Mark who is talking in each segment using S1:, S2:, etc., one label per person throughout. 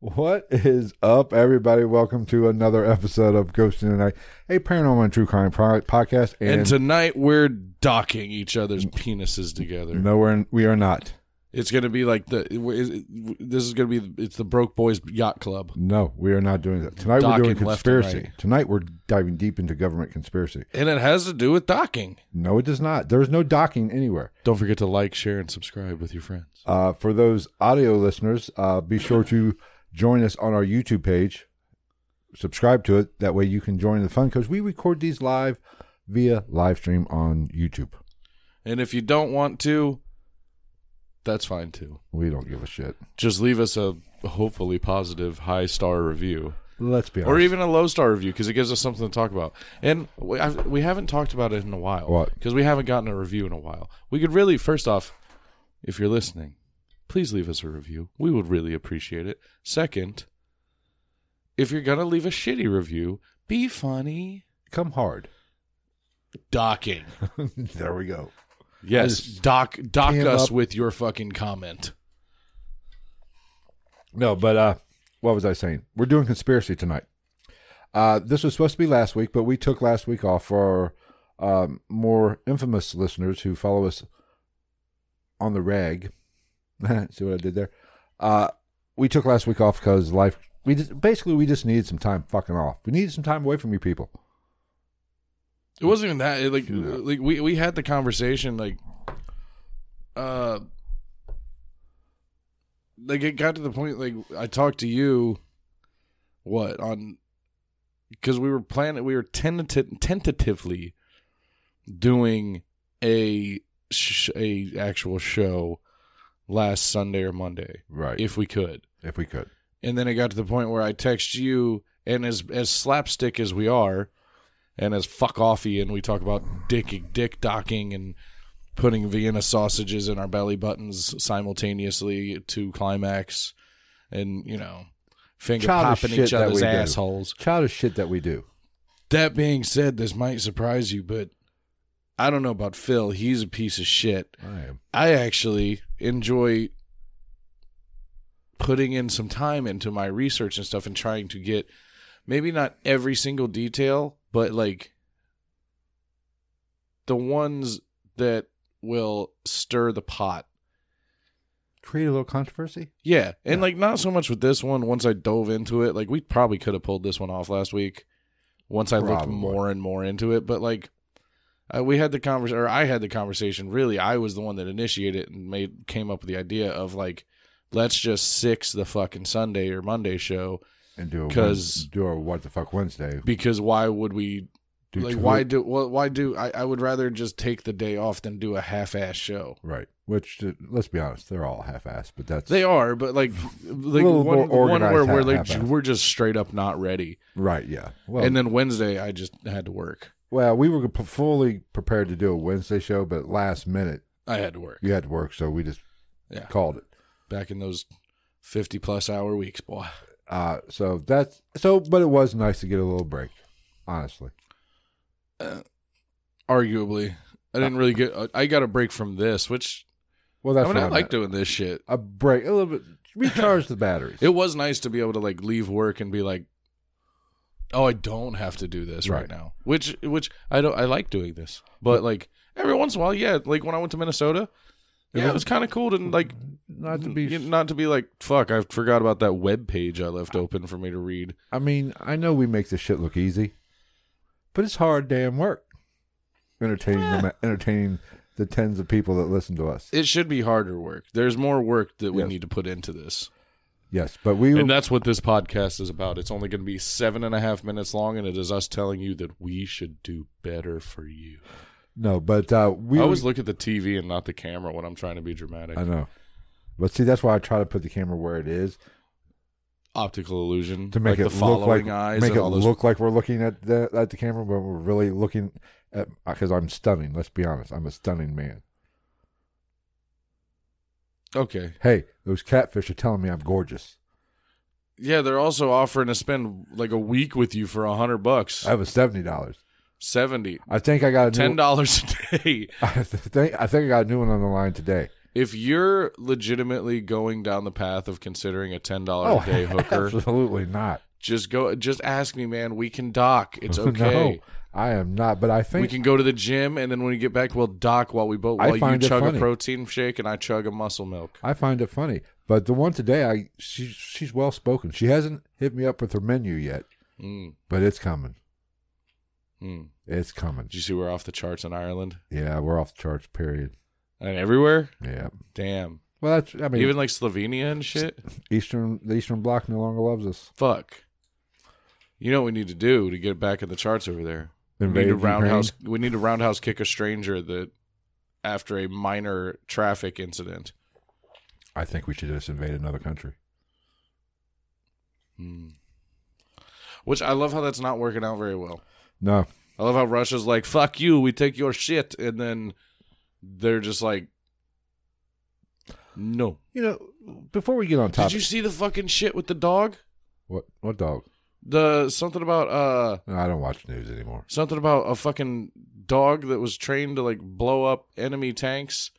S1: What is up, everybody? Welcome to another episode of Ghosting Tonight, a paranormal and true crime pro- podcast. And,
S2: And tonight we're docking each other's penises together.
S1: no, we're, we are not.
S2: It's gonna be like the. This is gonna be. It's the broke boys yacht club.
S1: No, we are not doing that. Tonight we're doing
S2: Docking left and
S1: conspiracy.
S2: right.
S1: Tonight we're diving deep into government conspiracy.
S2: And it has to do with docking.
S1: No, it does not. There's no docking anywhere.
S2: Don't forget to like, share, and subscribe with your friends.
S1: Uh, for those audio listeners, uh, be sure to join us on our YouTube page. Subscribe to it. That way you can join the fun because we record these live via live stream on YouTube.
S2: And if you don't want to, that's fine too.
S1: We don't give a shit.
S2: Just leave us a hopefully positive high star review,
S1: Let's be honest.
S2: or even a low star review, because it gives us something to talk about. And we, I, we haven't talked about it in a while.
S1: What?
S2: Because we haven't gotten a review in a while. We could really, first off, if you're listening, please leave us a review. We would really appreciate it. Second, if you're gonna leave a shitty review, be funny.
S1: come hard.
S2: Docking.
S1: there we go.
S2: Yes, dock dock
S1: came
S2: us
S1: up-
S2: with your fucking comment.
S1: No, but uh, what was I saying? We're doing conspiracy tonight. Uh, this was supposed to be last week, but we took last week off for our um, more infamous listeners who follow us on the rag. See what I did there? Uh, we took last week off because life. We just, basically we just needed some time fucking off. We needed some time away from you people.
S2: It wasn't even that. It, like, like we we had the conversation. Like, uh, like it got to the point. Like I talked to you, what on? Because we were planning, we were tentative, tentatively doing a sh- a actual show last Sunday or Monday,
S1: Right. If
S2: if we could.
S1: if we could.
S2: And then it got to the point where I text you, and as as slapstick as we are, and as fuck offy, and we talk about dick dick docking and putting Vienna sausages in our belly buttons simultaneously to climax, and you know, finger
S1: Childish
S2: popping
S1: shit
S2: each
S1: that we
S2: other's
S1: do.
S2: assholes.
S1: Childish shit that we do.
S2: That being said, this might surprise you, but I don't know about Phil. He's a piece of shit.
S1: I am.
S2: I actually enjoy putting in some time into my research and stuff and trying to get maybe not every single detail, but like the ones that will stir the pot.
S1: Create a little controversy.
S2: Yeah. And like not so much with this one once I dove into it. Like we probably could have pulled this one off last week once I looked
S1: Probably.
S2: more and more into it, but like I, we had the conversation, or I had the conversation. Really, I was the one that initiated it and made came up with the idea of like, let's just six the fucking Sunday or Monday show
S1: And do a
S2: 'Cause-
S1: do a what the fuck Wednesday.
S2: because why would we?
S1: Do
S2: like,
S1: two-
S2: why do well, why do I, I? would rather just take the day off than do a half-ass show.
S1: Right. Which uh, let's be honest, they're all half-assed, but that's
S2: They are, but like, like
S1: little more
S2: one, one where
S1: organized
S2: we're
S1: half-
S2: like
S1: half-ass.
S2: we're just straight up not ready.
S1: right. Yeah. Well,
S2: and uh, then Wednesday, I just had to work.
S1: well, we were p- fully prepared to do a Wednesday show, but last minute
S2: I had to work.
S1: you had to work, so we just
S2: Yeah,
S1: called it.
S2: back in those fifty-plus hour weeks, boy.
S1: Uh, so that's so, but it was nice to get a little break, honestly.
S2: Arguably, I didn't really get. I got a break from this, which
S1: Well, that's
S2: I mean,
S1: what
S2: I
S1: I'm
S2: like
S1: at.
S2: doing this shit.
S1: a break, a little bit recharge the batteries.
S2: It was nice to be able to like leave work and be like, "Oh, I don't have to do this right,
S1: Right.
S2: now." Which, which I don't. I like doing this, but like every once in a while, yeah. Like when I went to Minnesota,
S1: It
S2: yeah, it
S1: was-
S2: was kind of cool to like
S1: Not to be,
S2: you- not to be like, "Fuck, I forgot about that web page I left open for me to read."
S1: I mean, I know we make this shit look
S2: Eh.
S1: easy, but it's hard damn work. Entertaining, the ma- entertaining the tens of people that listen to us.
S2: It should be harder work. There's more work that we
S1: Yes.
S2: need to put into this.
S1: Yes, but we
S2: And that's what this podcast is about. It's only going to be seven and a half minutes long, and it is us telling you that we should do better for you.
S1: no, but uh, we
S2: I always look at the TV and not the camera when I'm trying to be dramatic.
S1: I know, but see, that's why I try to put the camera where it is
S2: Optical illusion
S1: to make
S2: like
S1: it
S2: the
S1: look
S2: following
S1: like
S2: eyes,
S1: make
S2: and
S1: it
S2: all those
S1: look like we're looking at the at the camera, but we're really looking at because I'm stunning. Let's be honest, I'm a stunning man.
S2: Okay.
S1: Hey, those catfish are telling me I'm gorgeous.
S2: Yeah, they're also offering to spend like a week with you for a hundred bucks,
S1: I was seventy dollars.
S2: seventy,
S1: I think I got a
S2: ten
S1: new.
S2: dollars a day.
S1: I think I think I got a new one on the line today.
S2: If you're legitimately going down the path of considering a ten dollar
S1: Oh,
S2: a day hooker,
S1: absolutely not.
S2: just go. Just ask me, man. We can dock. It's okay.
S1: no, I am not. But I
S2: We
S1: think
S2: can go to the gym, and then when we get back, we'll dock while we both.
S1: I
S2: While you
S1: find it
S2: chug a
S1: funny.
S2: protein shake, and I chug a muscle milk.
S1: I find it funny. But the one today, I she, she's well spoken. She hasn't hit me up with her menu yet,
S2: Mm,
S1: but it's coming.
S2: mm.
S1: It's coming.
S2: Did you see we're off the charts in Ireland
S1: Yeah, we're off the charts. Period.
S2: and everywhere?
S1: Yeah.
S2: Damn.
S1: Well, that's. I mean,
S2: Even like Slovenia and shit.
S1: Eastern the Eastern Bloc no longer loves us.
S2: Fuck. You know what we need to do to get back in the charts over there? we
S1: Invade
S2: need to
S1: Ukraine.
S2: roundhouse. We need to roundhouse kick a stranger that after a minor traffic incident.
S1: I think we should just invade another country.
S2: Hmm. Which I love how that's not working out very well.
S1: No,
S2: I love how Russia's like, "Fuck you, we take your shit," and then they're just like, "No."
S1: you know, before we get on top,
S2: Did you see the fucking shit with the dog?
S1: what what dog?
S2: The something about uh
S1: No, I don't watch news anymore.
S2: something about a fucking dog that was trained to like blow up enemy tanks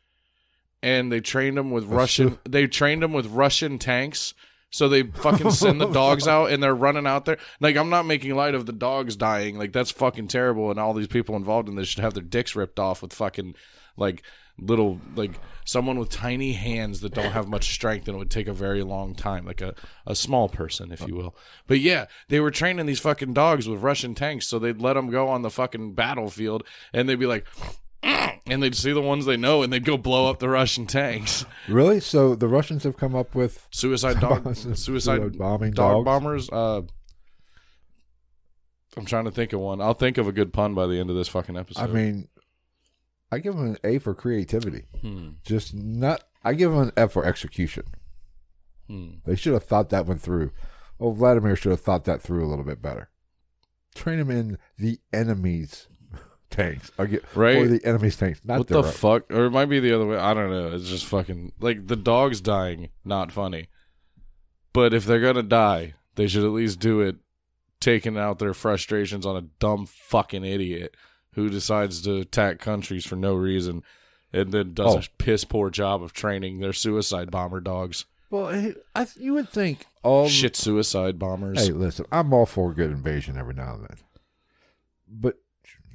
S2: and they trained him with russian they trained him with russian tanks so they fucking send the dogs out and they're running out there like i'm not making light of the dogs dying like that's fucking terrible and all these people involved in this should have their dicks ripped off with fucking like little like someone with tiny hands that don't have much strength and it would take a very long time like a, a small person if you will but yeah they were training these fucking dogs with russian tanks so they'd let them go on the fucking battlefield and they'd be like and they'd see the ones they know and they'd go blow up the russian tanks
S1: Really? So the Russians have come up with
S2: suicide dog suicide
S1: Suicide bombing
S2: dog
S1: dogs.
S2: bombers uh i'm trying to think of one i'll think of a good pun by the end of this fucking episode
S1: I mean, I give them an A for creativity.
S2: Hmm,
S1: Just not. I give them an F for execution.
S2: hmm.
S1: They should have thought that one through. Oh, Vladimir should have thought that through a little bit better. Train him in the enemy's tanks. I get
S2: Right.
S1: or the enemy's tanks. Not
S2: what
S1: their
S2: the
S1: own.
S2: fuck? Or it might be the other way. I don't know. It's just fucking like the dog's dying, not funny. But if they're gonna die, they should at least do it taking out their frustrations on a dumb fucking idiot who decides to attack countries for no reason and then does
S1: Oh.
S2: a piss poor job of training their suicide bomber dogs.
S1: Well, I, I, you would think all
S2: Shit suicide bombers.
S1: Um, Hey, listen, I'm all for a good invasion every now and then. But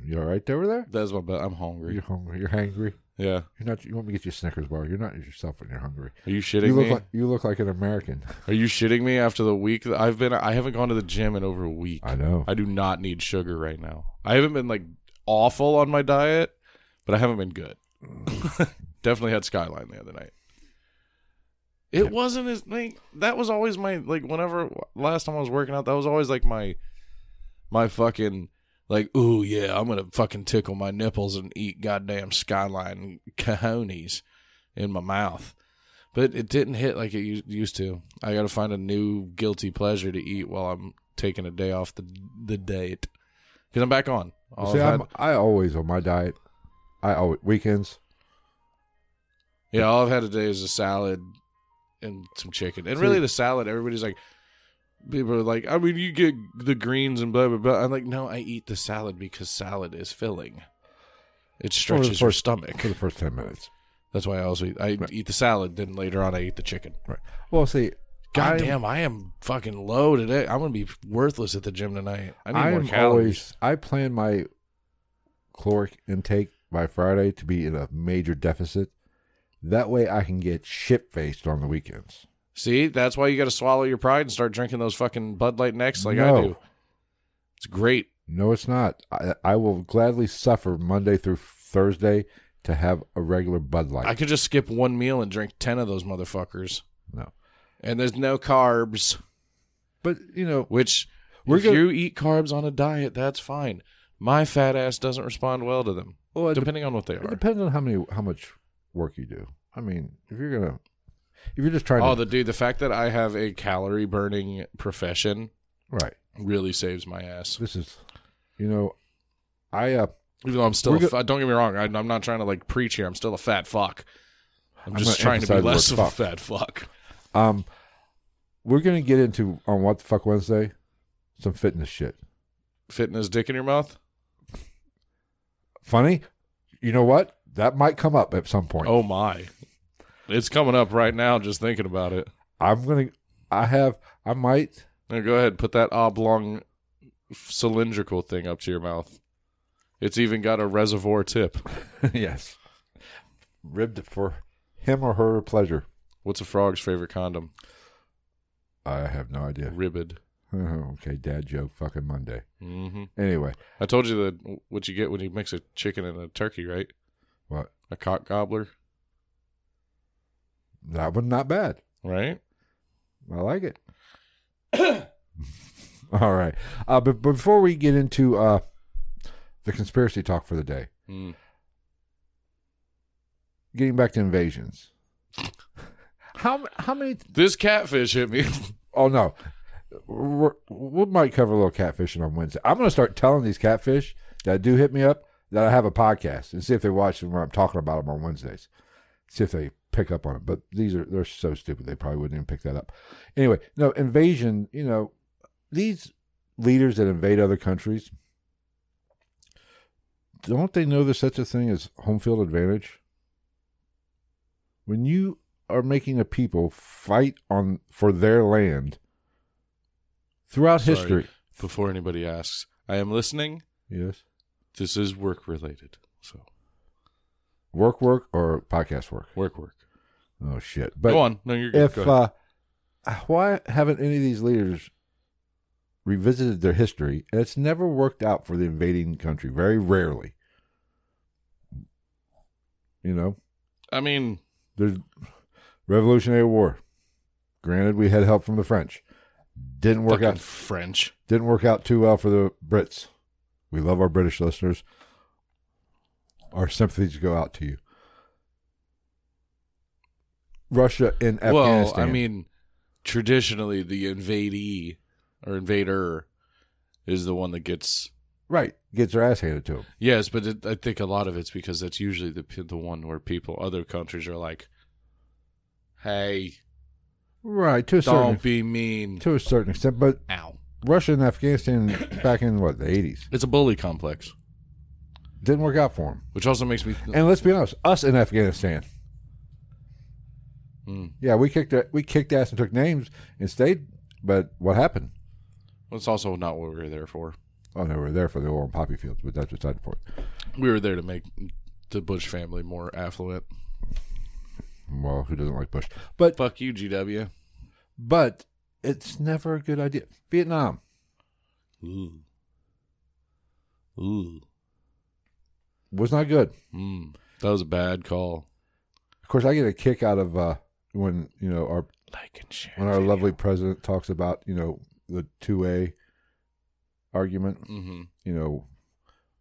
S1: you all right over there?
S2: That's my bet. I'm
S1: You're
S2: hungry.
S1: hungry. You're hangry.
S2: Yeah.
S1: You're not. You want me to get you a Snickers bar? You're not yourself when you're hungry.
S2: Are you shitting
S1: You look
S2: me?
S1: like you look like an American.
S2: Are you shitting me after the week that I've been I haven't gone to the gym in over a week.
S1: I know.
S2: I do not need sugar right now. I haven't been like awful on my diet, but I haven't been good. Definitely had Skyline the other night. It wasn't as like that was always my like whenever last time I was working out, that was always like my my fucking like, ooh yeah, I'm gonna fucking tickle my nipples and eat goddamn skyline cojones in my mouth. But it didn't hit like it u- used to. I gotta find a new guilty pleasure to eat while I'm taking a day off the the date because I'm back on. All
S1: See,
S2: I've
S1: I'm,
S2: had-
S1: I always on my diet. I always weekends.
S2: yeah, all I've had today is a salad and some chicken. And really,
S1: See-
S2: the salad, everybody's like, people are like, I mean, you get the greens and blah blah blah. I'm like, no, I eat the salad because salad is filling. It stretches your
S1: first-
S2: stomach.
S1: for the first 10 minutes.
S2: That's why I also eat, I eat the salad. Then later on, I eat the chicken.
S1: Right. Well, see,
S2: God
S1: I'm-
S2: damn, I am fucking low today. I'm gonna be worthless at the gym tonight. I need
S1: I
S2: more
S1: am
S2: calories.
S1: always, I plan my caloric intake by Friday to be in a major deficit. That way I can get shit faced on the weekends.
S2: See, that's why you got to swallow your pride and start drinking those fucking Bud Light Necks like I
S1: No.
S2: do. It's great.
S1: No, it's not. I, I will gladly suffer Monday through Thursday to have a regular Bud Light.
S2: I could just skip one meal and drink 10 of those motherfuckers.
S1: no.
S2: And there's no carbs,
S1: But, you know,
S2: which
S1: We're
S2: if
S1: gonna-
S2: you eat carbs on a diet, that's fine. My fat ass doesn't respond well to them,
S1: Well, it dep-
S2: depending on what they
S1: it
S2: are.
S1: depends on how many how much work you do. I mean, if you're going to if you're just trying
S2: Oh,
S1: to
S2: the dude, the fact that I have a calorie burning profession
S1: right.
S2: really saves my ass.
S1: This is you know, I uh
S2: Even though I'm still,
S1: We're
S2: a
S1: go-
S2: fa- don't get me wrong, I, I'm not trying to like preach here. I'm still a fat fuck. I'm
S1: I'm
S2: just
S1: gonna
S2: trying to be
S1: emphasize the
S2: less of
S1: word
S2: a fat fuck.
S1: Um, we're gonna get into on what the fuck Wednesday, some fitness shit.
S2: Fitting his dick in your mouth?
S1: Funny, you know what? That might come up at some point.
S2: Oh my. It's coming up right now just thinking about it.
S1: I'm gonna. I have. I might.
S2: Now go ahead, put that oblong cylindrical thing up to your mouth. It's even got a reservoir tip.
S1: yes. Ribbed it for him or her pleasure.
S2: What's a frog's favorite condom?
S1: I have no idea.
S2: Ribbed.
S1: okay, dad joke. Fucking Monday.
S2: hmm
S1: Anyway,
S2: I told you that what you get when you mix a chicken and a turkey, right?
S1: what?
S2: A cock gobbler,
S1: That one not bad.
S2: right?
S1: I like it. All right. Uh, but before we get into uh, the conspiracy talk for the day,
S2: Mm.
S1: getting back to invasions. How how many?
S2: This catfish hit me.
S1: Oh no, We're, we might cover a little catfishing on Wednesday. I'm going to start telling these catfish that do hit me up that I have a podcast and see if they watch them where I'm talking about them on Wednesdays. See if they pick up on it. But these are they're so stupid they probably wouldn't even pick that up. Anyway, no invasion. You know these leaders that invade other countries. Don't they know there's such a thing as home field advantage? When you are making a people fight on for their land throughout
S2: Sorry.
S1: history,
S2: Before anybody asks, I am listening.
S1: yes,
S2: This is work related. So
S1: work, work, or podcast work.
S2: work, work.
S1: Oh shit! But
S2: Go on. No, you're good.
S1: if
S2: Go ahead.
S1: uh, why haven't any of these leaders revisited their history? And it's never worked out for the invading country. Very rarely, you know. uh,
S2: I mean,
S1: There's Revolutionary War. Granted, we had help from the French. Didn't work
S2: fucking
S1: out.
S2: French.
S1: Didn't work out too well for the Brits. We love our British listeners. Our sympathies go out to you. Russia in
S2: Well,
S1: Afghanistan.
S2: I mean, traditionally the invadee or invader is the one that gets
S1: right, gets their ass handed to them.
S2: yes, but it, I think a lot of it's because that's usually the p- the one where people other countries are like, "Hey,
S1: Right, to a
S2: don't
S1: certain
S2: be mean."
S1: to a certain extent, but
S2: Ow!
S1: Russia and Afghanistan back in what the eighties
S2: It's a bully complex,
S1: didn't work out for them.
S2: which also makes me
S1: And let's be honest, us in Afghanistan.
S2: Mm.
S1: Yeah, we kicked we kicked ass and took names and stayed. But what happened?
S2: it's also not what we were there for.
S1: Oh no, we were there for the oil and poppy fields, but that's beside the point.
S2: We were there to make the Bush family more affluent.
S1: Well, who doesn't like Bush? But
S2: Fuck you, GW.
S1: but it's never a good idea. Vietnam.
S2: Ooh. Ooh.
S1: was not good.
S2: Mm. That was a bad call.
S1: Of course, I get a kick out of uh, when you know our
S2: Like and share.
S1: when our lovely president talks about you know the two A argument.
S2: Mm-hmm.
S1: You know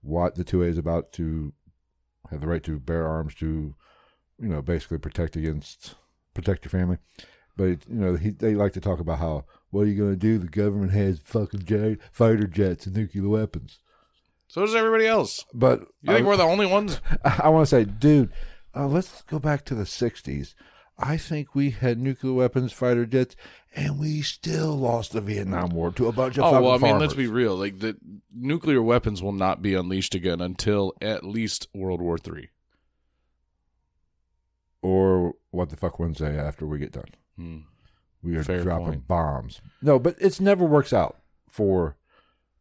S1: what the two A is about to have the right to bear arms to you know basically protect against protect your family. But it, you know he, they like to talk about how what are you going to do? The government has fucking jet, fighter jets and nuclear weapons.
S2: So does everybody else.
S1: But
S2: You think
S1: I-
S2: we're the only ones?
S1: I want to say, dude, uh, let's go back to the 60s. I think we had nuclear weapons, fighter jets, and we still lost the Vietnam War to a bunch of
S2: Oh
S1: fucking
S2: well, I mean,
S1: farmers.
S2: let's be real. Like the nuclear weapons will not be unleashed again until at least World War Three.
S1: or what the fuck Wednesday after we get done.
S2: Hmm.
S1: We are
S2: Fair
S1: dropping
S2: point.
S1: bombs. No, but it's never works out for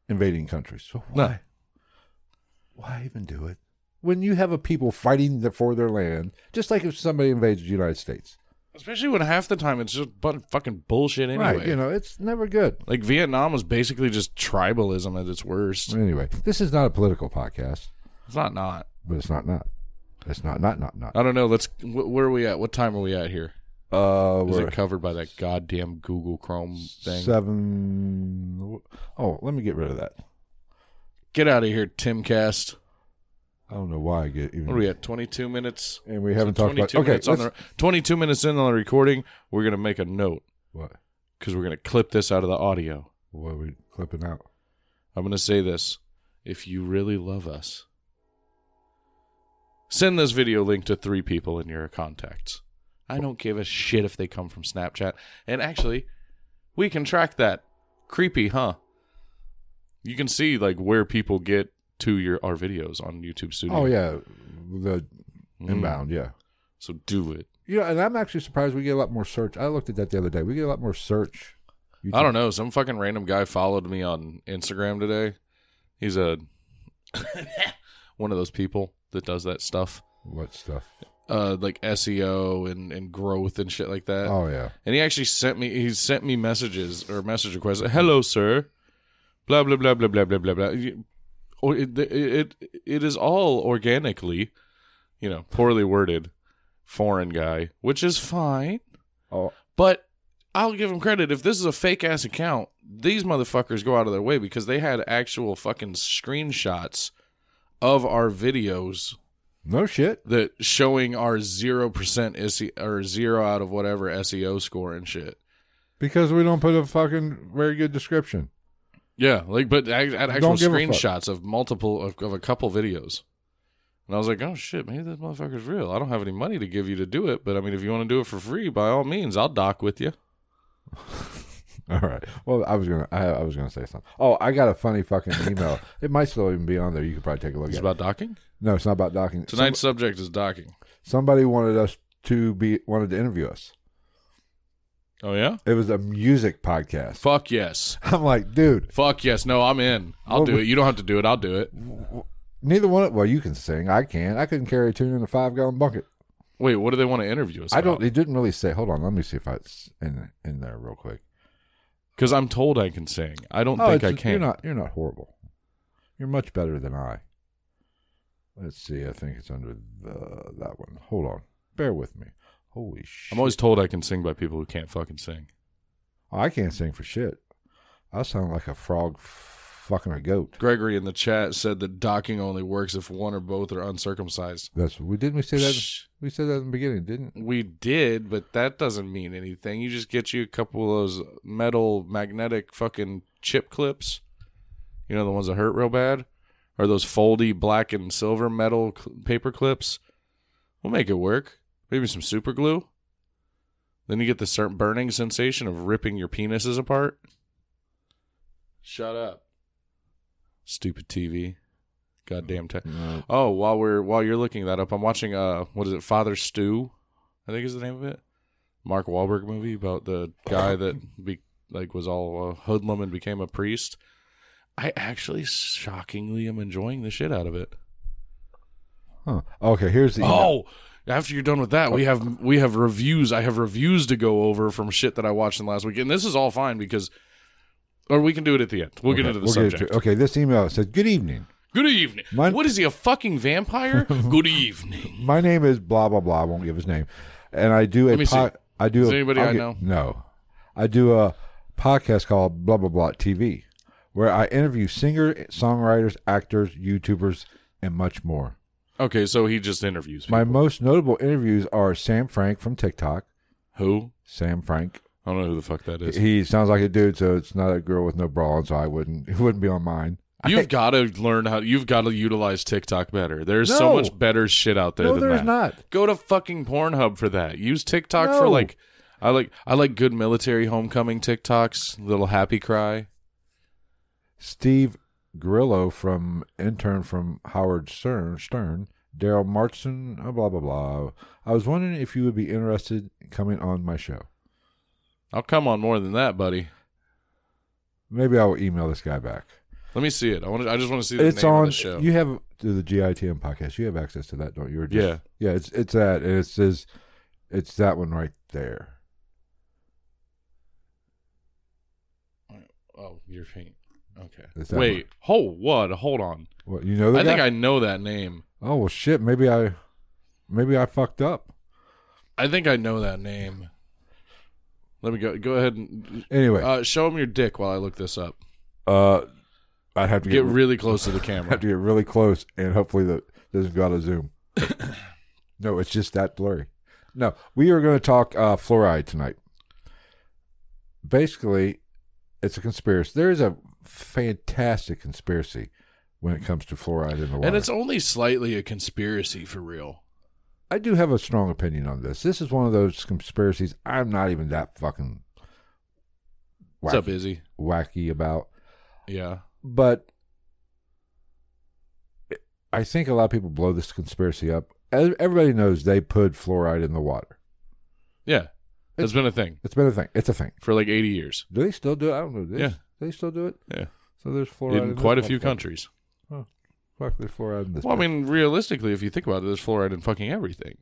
S1: invading countries. So why?
S2: No.
S1: Why even do it? When you have a people fighting the- for their land, just like if somebody invades the United States,
S2: Especially when half the time it's just bu- fucking bullshit anyway.
S1: right? You know, it's never good.
S2: Like Vietnam was basically just tribalism at its worst.
S1: Anyway, this is not a political podcast,
S2: It's not not.
S1: but it's not not. It's not not not not.
S2: I don't know. Let's. Wh- where are we at? What time are we at here?
S1: Uh,
S2: Is
S1: we're
S2: it covered by that goddamn Google Chrome thing?
S1: seven. Oh, let me get rid of that.
S2: Get out of here, Timcast.
S1: I don't know why I get even.
S2: What are we at? Twenty-two minutes.
S1: and we haven't talked about.
S2: 22
S1: Okay,
S2: minutes on the,
S1: let's-
S2: 22 minutes in on the recording, we're going to make a note
S1: what?
S2: because we're going to clip this out of the audio.
S1: What are we clipping out?
S2: I'm going to say this. If you really love us, send this video link to three people in your contacts. I don't give a shit if they come from Snapchat. And actually, we can track that. Creepy, huh? You can see like where people get to your our videos on YouTube Studio.
S1: Oh yeah, the
S2: Mm.
S1: inbound. Yeah.
S2: So do it.
S1: You know, and I'm actually surprised we get a lot more search. I looked at that the other day. We get a lot more search.
S2: I don't know. Some fucking random guy followed me on Instagram today. He's a one of those people that does that stuff,
S1: What stuff?
S2: uh, like SEO and, and growth and shit like that.
S1: Oh yeah.
S2: And he actually sent me he sent me messages or message requests. Hello, sir. Blah blah blah blah blah blah blah blah. You- Or it, it it it is all organically, you know, poorly worded, foreign guy, which is fine.
S1: Oh
S2: But I'll give them credit. If this is a fake ass account, these motherfuckers go out of their way because they had actual fucking screenshots of our videos
S1: no shit.
S2: that showing our zero percent SE or zero out of whatever SEO score and shit.
S1: Because we don't put a fucking very good description.
S2: Yeah, like but I, I had actual
S1: give a fuck.
S2: screenshots of multiple of, of a couple videos. And I was like, oh shit, maybe this motherfucker's real. I don't have any money to give you to do it, but I mean, if you want to do it for free, by all means, I'll dock with you.
S1: All right. Well, I was gonna. I, I was gonna say something. Oh, I got a funny fucking email. it might still even be on there. You could probably take a look
S2: It's
S1: at. it.
S2: about docking.
S1: No, it's not about docking. Some-
S2: Tonight's subject is docking.
S1: somebody wanted us to be wanted to interview us.
S2: Oh yeah.
S1: It was a music podcast.
S2: Fuck yes.
S1: I'm like, dude,
S2: Fuck yes. No, I'm in. I'll
S1: Well,
S2: do it. You don't have to do it. I'll do it.
S1: neither one. of- Well, you can sing. I can. I couldn't carry a tune in a five gallon bucket.
S2: Wait, what do they want to interview us?
S1: I don't. It didn't really say. Hold on. Let me see if it's in in there real quick.
S2: because I'm told I can sing. I don't think I
S1: Oh, it's- You're
S2: can.
S1: not. You're not horrible. You're much better than I. Let's see. I think it's under the that one. Hold on. Bear with me. Holy shit!
S2: I'm always told I can sing by people who can't fucking sing.
S1: Oh, I can't sing for shit. I sound like a frog f- fucking a goat.
S2: Gregory in the chat said that docking only works if one or both are uncircumcised.
S1: That's we didn't we say that
S2: Psh,
S1: we said that in the beginning, didn't?
S2: We did, but that doesn't mean anything. You just get you a couple of those metal magnetic fucking chip clips. You know the ones that hurt real bad, or those foldy black and silver metal cl- paper clips. We'll make it work. Maybe some super glue. Then you get the certain burning sensation of ripping your penises apart. Shut up. Stupid TV. Goddamn tech.
S1: No.
S2: Oh, while we're while you're looking that up, I'm watching uh what is it, Father Stew, I think is the name of it. Mark Wahlberg movie about the guy that be like was all a hoodlum and became a priest. I actually shockingly am enjoying the shit out of it.
S1: Huh. Okay. Here's the. email.
S2: Oh, after you're done with that, we have we have reviews. I have reviews to go over from shit that I watched in the last week, and this is all fine because, or we can do it at the end. We'll get
S1: Okay,
S2: into the
S1: we'll get
S2: subject.
S1: to- okay. This email says, "Good evening.
S2: Good evening.
S1: Mine-
S2: what is he a fucking vampire? Good evening.
S1: My name is blah blah blah. I won't give his name. And I do a
S2: Let me
S1: po-
S2: see.
S1: I do
S2: Is
S1: a,
S2: anybody
S1: I'll
S2: I
S1: get-
S2: know?
S1: No, I do a podcast called Blah Blah Blah TV, where I interview singer, songwriters, actors, YouTubers, and much more.
S2: Okay, so he just interviews people.
S1: My most notable interviews are Sam Frank from TikTok.
S2: Who?
S1: Sam Frank.
S2: I don't know who the fuck that is.
S1: He sounds like a dude, so it's not a girl with no bra on. So I wouldn't. It wouldn't be on mine.
S2: You've got to learn how. You've got to utilize TikTok better. There's so
S1: No.
S2: much better shit out there
S1: no,
S2: than
S1: there's
S2: that.
S1: not.
S2: Go to fucking Pornhub for that. Use TikTok for
S1: No.
S2: like. I like I like good military homecoming TikToks. Little happy cry.
S1: Steve Grillo from intern from Howard Stern, Stern Daryl Martson, uh, blah blah blah. I was wondering if you would be interested in coming on my show.
S2: I'll Oh, come on more than that, buddy.
S1: Maybe I will email this guy back.
S2: Let me see it. I want. to I just want to see the
S1: it's
S2: name
S1: on.
S2: of the show.
S1: You have to the GITM podcast. You have access to that, don't you? Or just-
S2: Yeah.
S1: yeah. It's it's that. and It says it's that one right there.
S2: oh, you're faint. Okay.
S1: Is that
S2: Wait. Oh, what? Hold on.
S1: What you know? The
S2: I
S1: guy?
S2: think I know that name.
S1: Oh well, shit. Maybe I. Maybe I fucked up.
S2: I think I know that name. Let me go. Go ahead and
S1: Anyway,
S2: uh, show him your dick while I look this up.
S1: uh, I'd have to
S2: Get
S1: get,
S2: really close to the
S1: have
S2: camera.
S1: to get really close, and hopefully that doesn't go out of Zoom. no, it's just that blurry. No, we are going to talk uh, fluoride tonight. Basically, it's a conspiracy. There is a fantastic conspiracy when it comes to fluoride in the water.
S2: And it's only slightly a conspiracy for real.
S1: I do have a strong opinion on this. This is one of those conspiracies I'm not even that fucking
S2: What's up, Izzy?
S1: wacky about.
S2: Yeah.
S1: But I think a lot of people blow this conspiracy up. Ev- Everybody knows they put fluoride in the water.
S2: Yeah. It's been a thing
S1: It's been a thing. It's a thing.
S2: for like 80 years.
S1: Do they still do it? I don't know. Do they,
S2: Yeah.
S1: do they still do it?
S2: Yeah.
S1: So there's fluoride
S2: In
S1: this
S2: quite a few
S1: motherfucker.
S2: countries.
S1: Fuck, there's fluoride in this.
S2: Well, I mean, realistically, if you think about it, there's fluoride in fucking everything.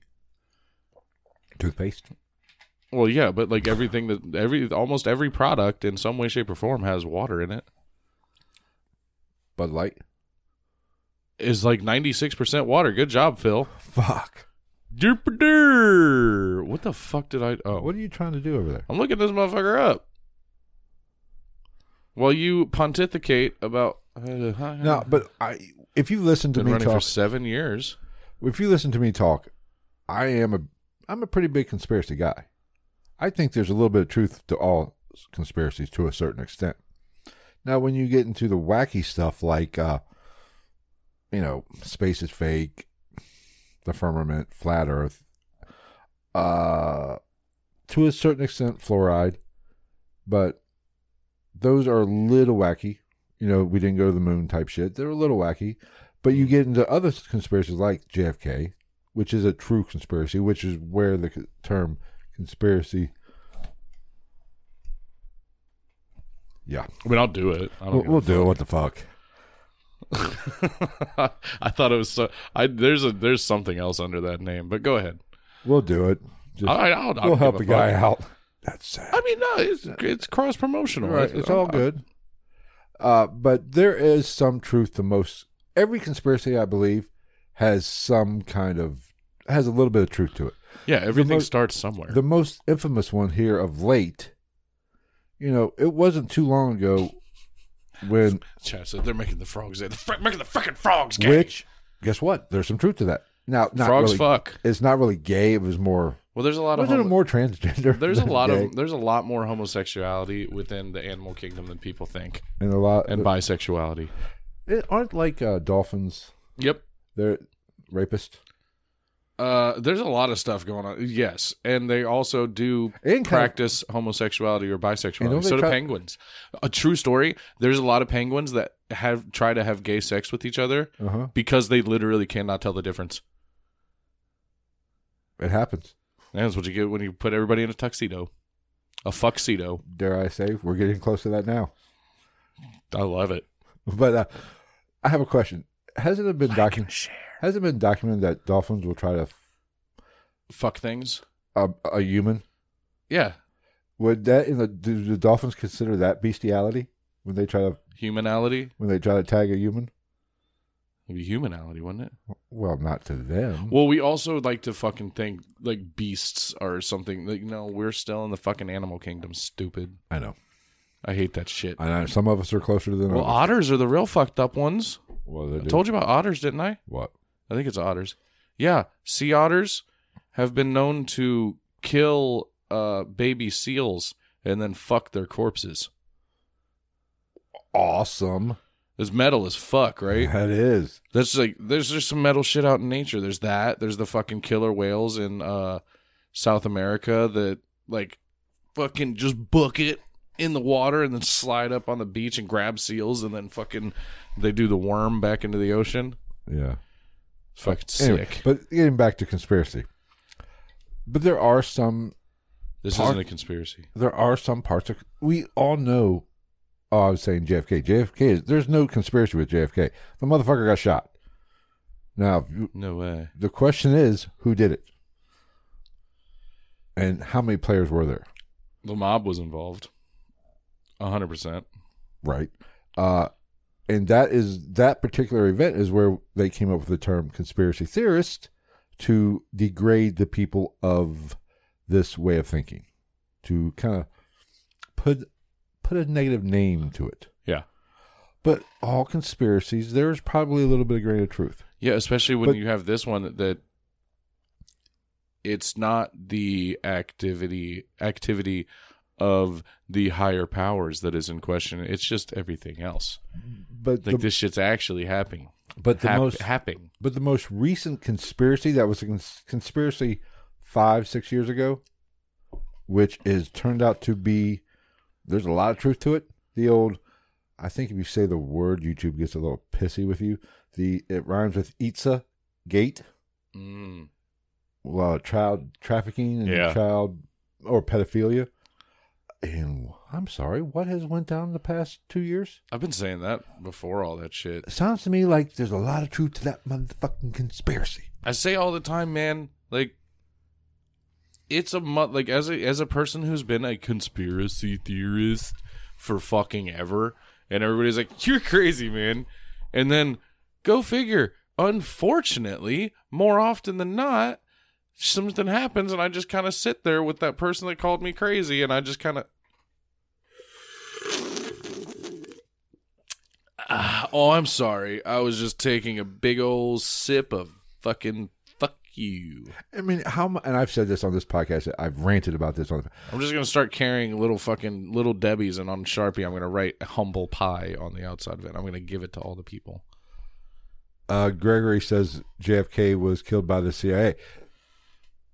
S1: toothpaste.
S2: Well, yeah, but like everything that every almost every product in some way, shape, or form has water in it
S1: Bud Light.
S2: is like 96% water. Good job, Phil.
S1: Fuck.
S2: Derp-a-der. What the fuck did I? Oh,
S1: What are you trying to do over there?
S2: I'm looking this motherfucker up. While you pontificate about uh,
S1: No, but I. If you listen to
S2: been
S1: me
S2: running for
S1: talk,
S2: seven years.
S1: if you listen to me talk, I am a I'm a pretty big conspiracy guy. I think there's a little bit of truth to all conspiracies to a certain extent. Now, when you get into the wacky stuff like, uh, you know, space is fake, the firmament, flat Earth, uh, to a certain extent, fluoride, but those are a little wacky. You know, we didn't go to the moon type shit. They're a little wacky. But you get into other conspiracies like JFK, which is a true conspiracy, which is where the c- term conspiracy. Yeah,
S2: I mean, I'll do it. I don't
S1: we'll,
S2: give a
S1: we'll do it. What the fuck?
S2: I thought it was so. I there's a there's something else under that name, but go ahead.
S1: We'll do it. Just,
S2: All right, I'll, I'll
S1: we'll
S2: give
S1: help
S2: a
S1: the guy
S2: fuck.
S1: out. That's sad.
S2: I mean, no, it's it's cross promotional.
S1: Right, it's all good. Uh, but there is some truth to most. Every conspiracy, I believe, has some kind of has a little bit of truth to it.
S2: Yeah, everything
S1: most-
S2: starts somewhere.
S1: The most infamous one here of late, you know, it wasn't too long ago when
S2: Chad said they're making the frogs. They're making the freaking frogs. Gay.
S1: which guess what? There's some truth to that. Now, not
S2: frogs
S1: really,
S2: fuck.
S1: It's not really gay. It was more.
S2: Well, there's a lot of
S1: Was it a
S2: homo-
S1: more transgender?
S2: there's a
S1: than
S2: lot
S1: gay?
S2: of there's a lot more homosexuality within the animal kingdom than people think,
S1: and a lot uh,
S2: and bisexuality.
S1: it, aren't like uh, dolphins.
S2: Yep.
S1: They're rapist.
S2: Uh, there's a lot of stuff going on. Yes, and they also do
S1: And kind of-
S2: practice homosexuality or
S1: And don't
S2: bisexuality.
S1: they
S2: So do
S1: try-
S2: penguins. A true story. There's a lot of penguins that have try to have gay sex with each other
S1: Uh huh.
S2: because they literally cannot tell the difference.
S1: It happens.
S2: And That's what you get when you put everybody in a tuxedo, a fuxedo.
S1: Dare I say we're getting close to that now?
S2: I love it.
S1: But uh, I have a question. Hasn't it been documented? Has it been documented that dolphins will try to f-
S2: Fuck things.
S1: a, a human?
S2: Yeah,
S1: Would that in the do the dolphins consider that bestiality when they try to
S2: humanality.
S1: when they try to tag a human?
S2: It'd be humanality, wouldn't it?
S1: Well, not to them.
S2: Well, we also like to fucking think like beasts are something. Like, no, we're still in the fucking animal kingdom. Stupid.
S1: I know.
S2: I hate that shit.
S1: I know. Some of us are closer than
S2: Well,
S1: others.
S2: otters are the real fucked up ones.
S1: Well, they
S2: I
S1: do.
S2: told you about otters, didn't I?
S1: what?
S2: I think it's otters. Yeah, sea otters have been known to kill uh, baby seals and then fuck their corpses.
S1: Awesome.
S2: It's metal as fuck, right?
S1: That is.
S2: That's like there's just some metal shit out in nature. There's that. There's the fucking killer whales in uh, South America that like fucking just book it in the water and then slide up on the beach and grab seals and then fucking they do the worm back into the ocean.
S1: Yeah.
S2: It's fucking
S1: Anyway,
S2: sick.
S1: but getting back to conspiracy. But there are some
S2: This
S1: Park-
S2: isn't a conspiracy.
S1: there are some parts of we all know. Oh, I was saying JFK. JFK is there's no conspiracy with JFK. The motherfucker got shot. Now you-
S2: No way.
S1: the question is, who did it, and how many players were there?
S2: The mob was involved. hundred percent.
S1: Right. Uh, and that is that particular event is where they came up with the term conspiracy theorist to degrade the people of this way of thinking, to kind of put put a negative name to it.
S2: Yeah.
S1: But all conspiracies, there's probably a little bit of grain of truth.
S2: Yeah, especially when
S1: But-
S2: you have this one that, that it's not the activity activity of the higher powers that is in question. It's just everything else.
S1: But the,
S2: Like this shit's actually happening.
S1: but the
S2: Hap-
S1: most
S2: happening.
S1: but the most recent conspiracy that was a cons- conspiracy five six years ago, which is turned out to be there's a lot of truth to it. The old, I think if you say the word, YouTube gets a little pissy with you. The it rhymes with Itza Gate.
S2: Mm.
S1: well, child trafficking and
S2: Yeah.
S1: child or pedophilia. And I'm sorry, what has went down in the past two years?
S2: I've been saying that before all that shit.
S1: It sounds to me like there's a lot of truth to that motherfucking conspiracy.
S2: I say all the time, man. Like, it's a month. Like as a as a person who's been a conspiracy theorist for fucking ever, and everybody's like, "You're crazy, man," and then go figure. Unfortunately, more often than not, something happens, and I just kind of sit there with that person that called me crazy, and I just kind of. Ah, oh, I'm sorry. I was just taking a big old sip of fucking fuck you.
S1: I mean, how? mu- And I've said this on this podcast. I've ranted about this on.
S2: I'm just gonna start carrying little fucking little debbies, and on Sharpie, I'm gonna write humble pie on the outside of it. I'm gonna give it to all the people.
S1: Uh, Gregory says JFK was killed by the CIA.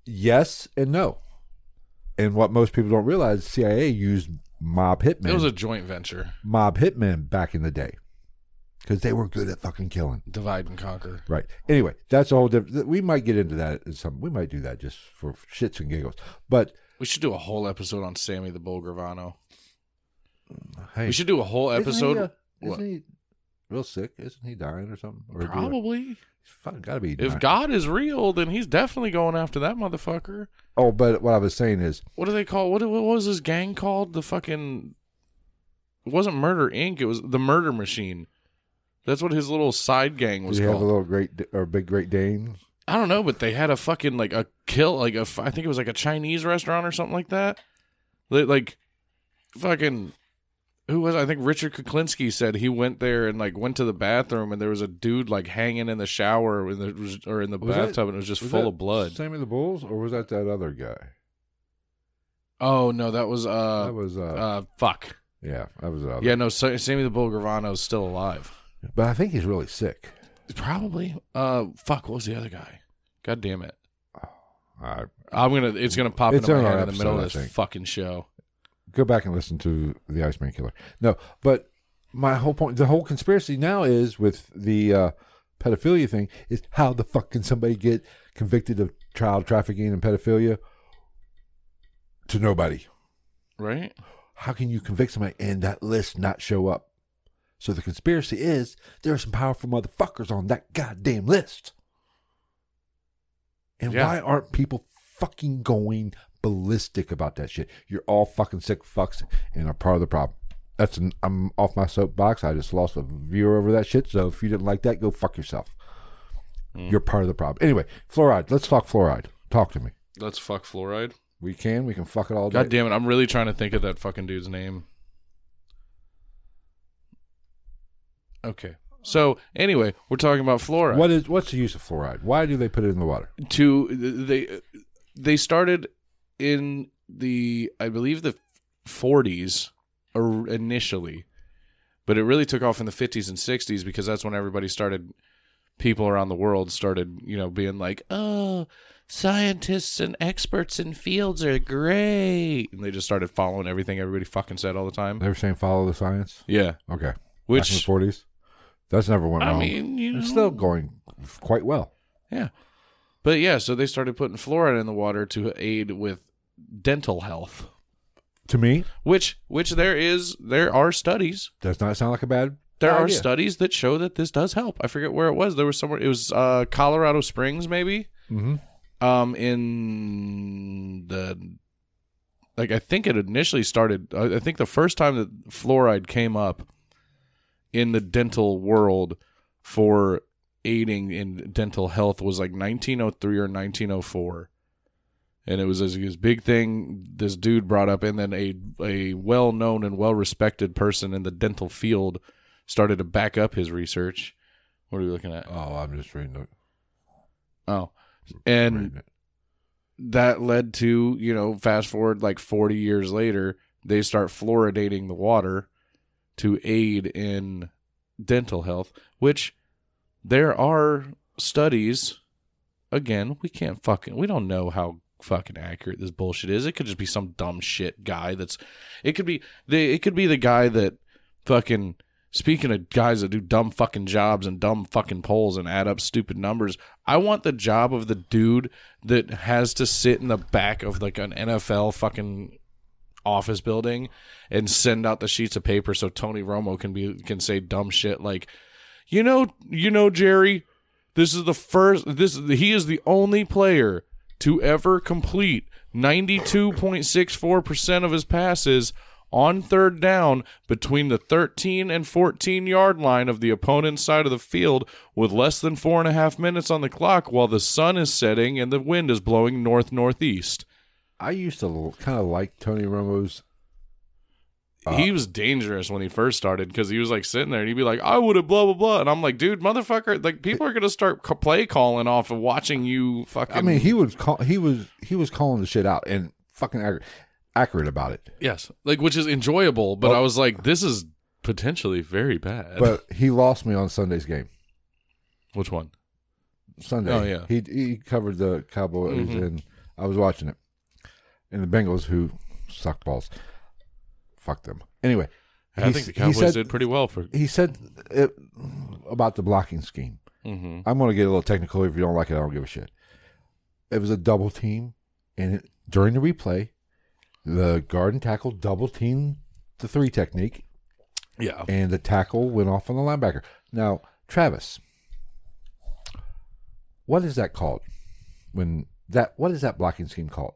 S1: Yes and no. And what most people don't realize, CIA used mob hitmen,
S2: It was a joint venture,
S1: mob hitmen back in the day, because they were good at fucking killing.
S2: divide and conquer.
S1: Right. Anyway, that's all. Different. We might get into that. At some. We might do that just for shits and giggles. But
S2: We should do a whole episode on Sammy the Bull Gravano.
S1: hey,
S2: We should do a whole
S1: isn't he,
S2: episode.
S1: uh,
S2: What?
S1: isn't he real sick? Isn't he dying or something? Or
S2: Probably.
S1: Fuck, gotta be.
S2: If
S1: dying.
S2: God is real, then he's definitely going after that motherfucker.
S1: oh, but what I was saying is,
S2: What do they call? What, what was his gang called? The fucking. It wasn't Murder Inc. It was the Murder Machine. That's what his little side gang
S1: do
S2: was
S1: you
S2: called.
S1: have a little great D- or big Great Dane?
S2: I don't know, but they had a fucking like a kill, like a f- I think it was like a Chinese restaurant or something like that. They, like, fucking, who was? it? I think Richard Kuklinski said he went there and like went to the bathroom and there was a dude like hanging in the shower in the, or in the
S1: Was that-
S2: bathtub and it was just
S1: Was
S2: full
S1: that
S2: of blood.
S1: Sammy the Bulls, or was that that other guy?
S2: Oh no, that was uh,
S1: that was uh,
S2: uh, fuck.
S1: yeah, that was the other.
S2: Yeah, no, Sa- Sammy the Bull Gravano's still alive.
S1: but I think he's really sick.
S2: Probably. Uh, fuck. What was the other guy? God damn it.
S1: I
S2: I'm gonna. It's gonna pop
S1: It's
S2: into my
S1: another
S2: head in the
S1: episode,
S2: middle of
S1: I
S2: this
S1: think.
S2: fucking show.
S1: go back and listen to the Iceman Killer. No, but my whole point, the whole conspiracy now is with the uh, pedophilia thing, is how the fuck can somebody get convicted of child trafficking and pedophilia to nobody?
S2: Right.
S1: How can you convict somebody and that list not show up? So the conspiracy is there are some powerful motherfuckers on that goddamn list. And
S2: Yeah.
S1: why aren't people fucking going ballistic about that shit? You're all fucking sick fucks and are part of the problem. That's an, I'm off my soapbox. I just lost a viewer over that shit. So if you didn't like that, go fuck yourself. You're part of the problem. Anyway, fluoride. Let's talk fluoride. Talk to me.
S2: Let's fuck fluoride.
S1: We can. We can fuck it all day.
S2: God damn it! I'm really trying to think of that fucking dude's name. Okay. So anyway, we're talking about fluoride.
S1: What is what's the use of fluoride? Why do they put it in the water?
S2: to they they started in the I believe the 40s or initially, but it really took off in the 50s and 60s because that's when everybody started. People around the world started, you know, being like, "Oh, scientists and experts in fields are great," and they just started following everything everybody fucking said all the time.
S1: They were saying follow the science.
S2: Yeah,
S1: Okay. Back in the
S2: which
S1: forties. That's never went
S2: I
S1: wrong.
S2: mean, you know,
S1: it's still going quite well.
S2: Yeah. But yeah, so they started putting fluoride in the water to aid with dental health.
S1: To me,
S2: Which which there is there are studies.
S1: does not sound like a bad
S2: There are
S1: idea.
S2: studies that show that this does help. I forget where it was. There was somewhere it was uh Colorado Springs maybe.
S1: Mhm.
S2: Um in the like I think it initially started I I think the first time that fluoride came up in the dental world for aiding in dental health was like 1903 or 1904 and it was this, this big thing this dude brought up and then a a well-known and well-respected person in the dental field started to back up his research what are we looking at
S1: Oh, I'm just reading it.
S2: oh and
S1: Reading it.
S2: that led to you know fast forward like 40 years later they start fluoridating the water to aid in dental health which there are studies again we can't fucking we don't know how fucking accurate this bullshit is it could just be some dumb shit guy that's it could be they it could be the guy that fucking speaking of guys that do dumb fucking jobs and dumb fucking polls and add up stupid numbers i want the job of the dude that has to sit in the back of like an nfl fucking office building and send out the sheets of paper so tony romo can be can say dumb shit like you know you know jerry this is the first this he is the only player to ever complete 92.64% of his passes on third down between the 13 and 14 yard line of the opponent's side of the field with less than four and a half minutes on the clock while the sun is setting and the wind is blowing north northeast.
S1: I used to kind of like Tony Romo's. Uh.
S2: he was dangerous when he first started because he was like sitting there and he'd be like, I would have blah blah blah. And I'm like, dude, motherfucker, like people are gonna start ca- play calling off of watching you fucking
S1: I mean, he was call, he was he was calling the shit out and fucking accurate, accurate about it.
S2: Yes, like which is enjoyable, but I was like, this is potentially very bad.
S1: But he lost me on Sunday's game.
S2: which one?
S1: Sunday.
S2: Oh, yeah. Mm-hmm.
S1: He he covered the Cowboys and I was watching it. And the Bengals who suck balls. Fuck them. Anyway,
S2: I
S1: he-
S2: think the
S1: he
S2: Cowboys
S1: said-
S2: did pretty well for.
S1: He said it, about the blocking scheme.
S2: Mhm.
S1: I'm going to get a little technical. If you don't like it, I don't give a shit. It was a double team, and it, during the replay, the guard and tackle double teamed the three technique,
S2: Yeah,
S1: and the tackle went off on the linebacker. Now, Travis, what is that called? When that what is that blocking scheme called?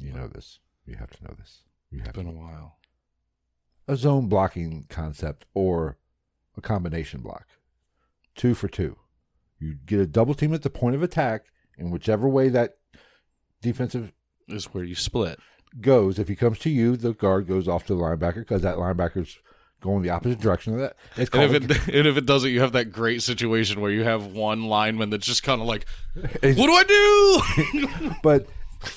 S1: You know this. You have to know this. You have
S2: it's been a while.
S1: a zone blocking concept or a combination block. Two for two. You get a double team at the point of attack, and whichever way that defensive
S2: Is where you split.
S1: goes, if he comes to you, the guard goes off to the linebacker because that linebacker's going the opposite direction of that. It's
S2: And
S1: called
S2: if, it, and if it doesn't, you have that great situation where you have one lineman that's just kind of like, "What do I do?
S1: but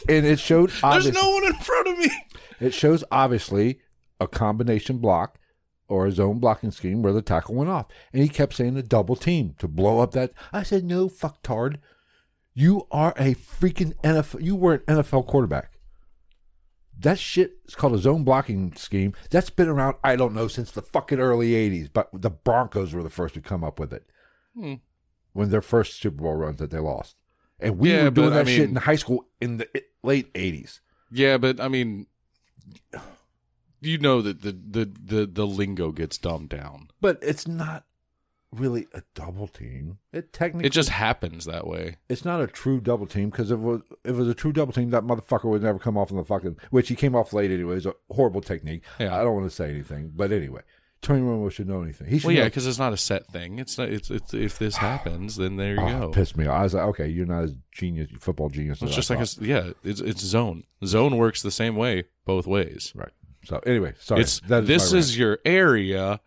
S1: and it showed
S2: There's
S1: obviously
S2: no one in front of me."
S1: it shows obviously a combination block or a zone blocking scheme where the tackle went off. And he kept saying a double team to blow up that. I said, no, fucktard. You are a freaking NFL. You were an NFL quarterback. That shit is called a zone blocking scheme. That's been around, I don't know, since the fucking early 80s. But the Broncos were the first to come up with it
S2: Hmm.
S1: when their first Super Bowl runs that they lost. And we
S2: Yeah,
S1: were doing
S2: but,
S1: that
S2: I
S1: shit
S2: mean-
S1: in high school in the late 80s.
S2: Yeah, but I mean, you know that the the the, the lingo gets dumbed down.
S1: But it's not really a double team. It technically
S2: It just happens that way.
S1: it's not a true double team because if it was if it was a true double team, that motherfucker would never come off on the fucking which he came off late anyway. It's a horrible technique.
S2: Yeah.
S1: I don't want to say anything, but anyway, Tony Romo should know anything. He should.
S2: Well, yeah,
S1: know-
S2: because it's not a set thing. It's not. It's, it's if this happens, then there you
S1: Ah,
S2: go.
S1: pissed me off. I was like, okay, you're not as genius, football genius.
S2: It's
S1: as
S2: just
S1: I
S2: like a,
S1: thought.
S2: s- yeah. It's it's zone. Zone works the same way both ways.
S1: right. So anyway, sorry.
S2: it's
S1: That my
S2: this
S1: rant.
S2: is your area.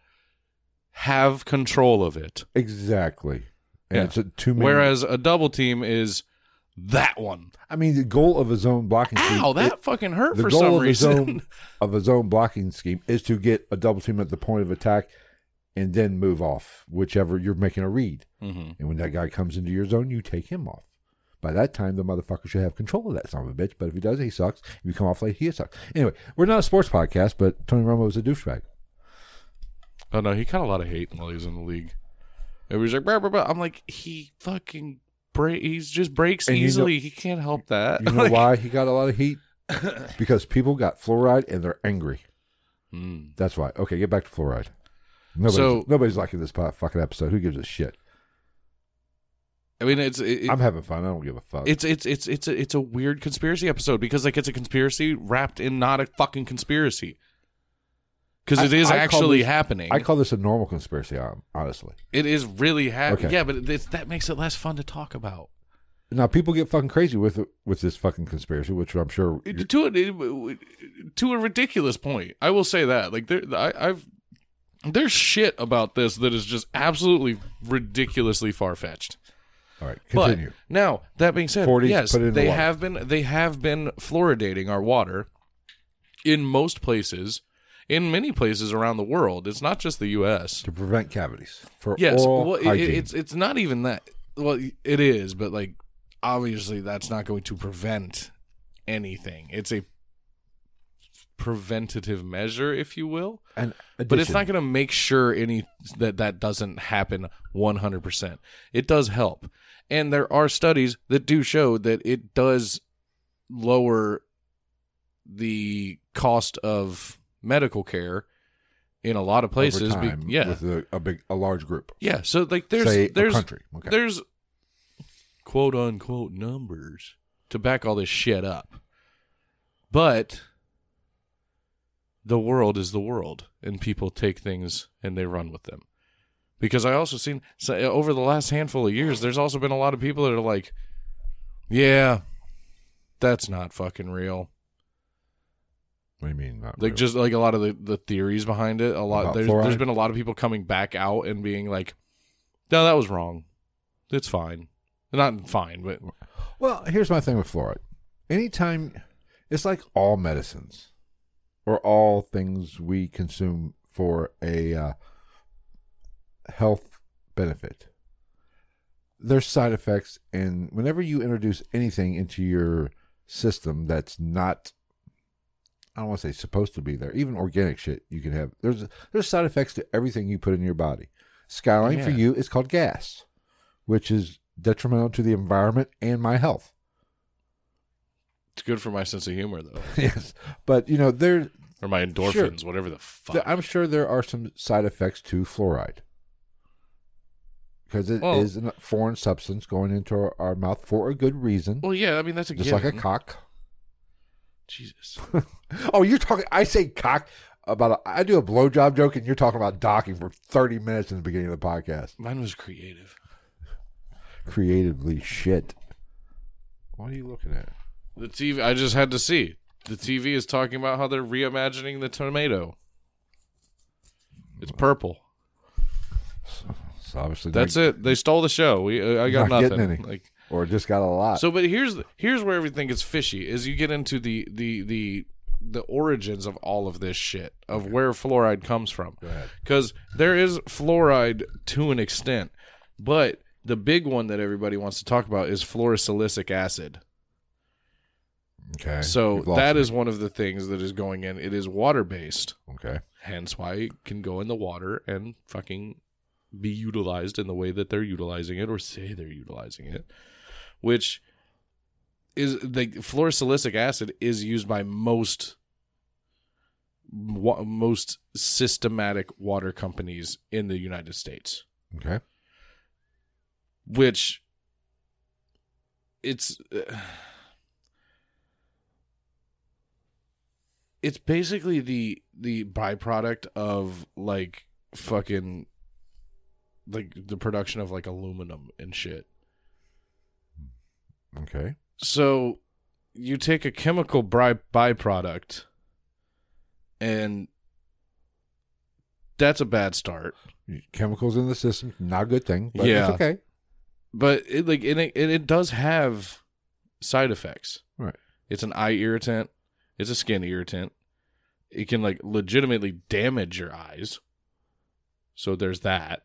S2: Have control of it.
S1: exactly, and
S2: Yeah.
S1: it's a two.
S2: Whereas a double team is that one.
S1: I mean, the goal of a zone blocking. scheme-
S2: Ow, that
S1: it-
S2: fucking hurt
S1: the
S2: for
S1: goal
S2: some
S1: of
S2: reason.
S1: A zone, of a zone blocking scheme is to get a double team at the point of attack and then move off whichever you're making a read.
S2: Mhm.
S1: And when that guy comes into your zone, you take him off. By that time, the motherfucker should have control of that son of a bitch. But if he does, he sucks. If you come off late, he sucks. Anyway, we're not a sports podcast, but Tony Romo is a douchebag.
S2: Oh no, he caught a lot of hate while he was in the league. Everybody's like, blah, blah, blah. I'm like, he fucking break. He's just breaks
S1: And you know-
S2: easily. he can't help that.
S1: You know
S2: Like-
S1: why he got a lot of heat? Because people got fluoride and they're angry.
S2: Mm.
S1: That's why. Okay, get back to fluoride. Nobody's,
S2: So-
S1: nobody's liking this po- fucking episode. Who gives a shit?
S2: I mean, it's it, it-
S1: I'm having fun. I don't give a fuck.
S2: it's it's it's it's a, it's a weird conspiracy episode because like it's a conspiracy wrapped in not a fucking conspiracy. because it
S1: I-
S2: is
S1: I call
S2: actually
S1: this-
S2: happening.
S1: I call this a normal conspiracy, hon- honestly.
S2: it is really happening.
S1: Okay.
S2: Yeah, but it's, that makes it less fun to talk about.
S1: Now people get fucking crazy with it- with this fucking conspiracy, which I'm sure. you're-
S2: to a it- to a ridiculous point. I will say that. Like there, I, I've there's shit about this that is just absolutely ridiculously far fetched.
S1: All right, continue.
S2: But now that being said,
S1: 40s,
S2: yes,
S1: put it in the
S2: they
S1: water.
S2: have been they have been fluoridating our water in most places, in many places around the world. It's not just the U.S.
S1: to prevent cavities for
S2: Yes,
S1: oral
S2: well, it- it,
S1: hygiene.
S2: it's it's not even that. Well, it is, but like obviously that's not going to prevent anything. It's a preventative measure, if you will.
S1: An
S2: But it's
S1: addition.
S2: not going to make sure any that that doesn't happen 100%. It does help. And there are studies that do show that it does lower the cost of medical care in a lot of
S1: over
S2: places. be-
S1: time
S2: yeah.
S1: with a, a big a large group.
S2: yeah, so like there's
S1: Say a
S2: there's
S1: country. Okay.
S2: there's quote unquote numbers to back all this shit up. But the world is the world, and people take things and they run with them. Because I also seen so uh, over the last handful of years, there's also been a lot of people that are like, "Yeah, that's not fucking real."
S1: What do you mean? Not
S2: Like
S1: real?
S2: just like a lot of the, the theories behind it. A lot
S1: About
S2: there's
S1: fluoride?
S2: there's been a lot of people coming back out and being like, "No, that was wrong. It's fine." Not fine, but
S1: Well, here's my thing with fluoride. Anytime, it's like all medicines or all things we consume for a uh, health benefit. There's side effects, and whenever you introduce anything into your system that's not, I don't want to say supposed to be there, even organic shit you can have. There's there's side effects to everything you put in your body. Skyline for
S2: Yeah.
S1: you is called gas, which is detrimental to the environment and my health.
S2: It's good for my sense of humor, though,
S1: yes, but you know there,
S2: or my endorphins, whatever the fuck.
S1: there- I'm sure there are some side effects to fluoride because it is
S2: Well-
S1: a foreign substance going into our, our mouth for a good reason,
S2: well, yeah, I mean that's a
S1: just like a
S2: given.
S1: cock.
S2: Jesus.
S1: Oh, you're talking. I say cock about. A, I do a blowjob joke, and you're talking about docking for 30 minutes in the beginning of the podcast.
S2: Mine was creative.
S1: Creatively shit. What are you looking at?
S2: The TV. I just had to see. The TV is talking about how they're reimagining the tomato. It's purple.
S1: It's obviously
S2: That's it. They stole the show. We uh, I got
S1: Not getting
S2: nothing.
S1: any.
S2: Like
S1: or just got a lot.
S2: So, but here's here's where everything gets fishy. Is you get into the the the the origins of all of this shit of where fluoride comes from,
S1: ahead.
S2: because there is fluoride to an extent, but the big one that everybody wants to talk about is fluorosilicic acid.
S1: okay.
S2: So
S1: You've lost
S2: that
S1: me.
S2: is one of the things that is going in. It is water based,
S1: okay.
S2: hence why it can go in the water and fucking be utilized in the way that they're utilizing it or say they're utilizing it which is the fluorosilicic acid is used by most wa- most systematic water companies in the United States
S1: Okay.
S2: which it's uh, it's basically the the byproduct of like fucking like the production of like aluminum and shit
S1: Okay.
S2: so you take a chemical by- byproduct and that's a bad start
S1: chemicals in the system not a good thing but
S2: Yeah.
S1: it's okay
S2: but it like and it, and it does have side effects
S1: Right.
S2: it's an eye irritant it's a skin irritant it can like legitimately damage your eyes so there's that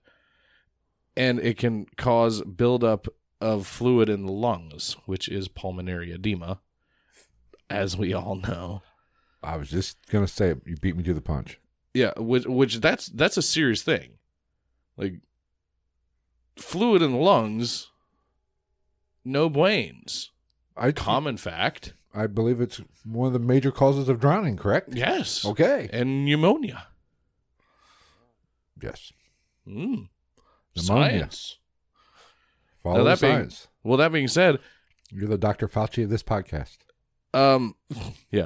S2: and it can cause buildup of fluid in the lungs which is pulmonary edema as we all know
S1: i was just gonna say it. you beat me to the punch
S2: yeah which which that's that's a serious thing like fluid in the lungs no brains
S1: i
S2: common fact.
S1: i believe it's one of the major causes of drowning correct
S2: Yes.
S1: okay
S2: And pneumonia.
S1: yes
S2: Mm.
S1: Pneumonia.
S2: Science.
S1: follow
S2: Now
S1: the
S2: that being-
S1: science
S2: Well, that being said,
S1: you're the dr fauci of this podcast
S2: um, yeah,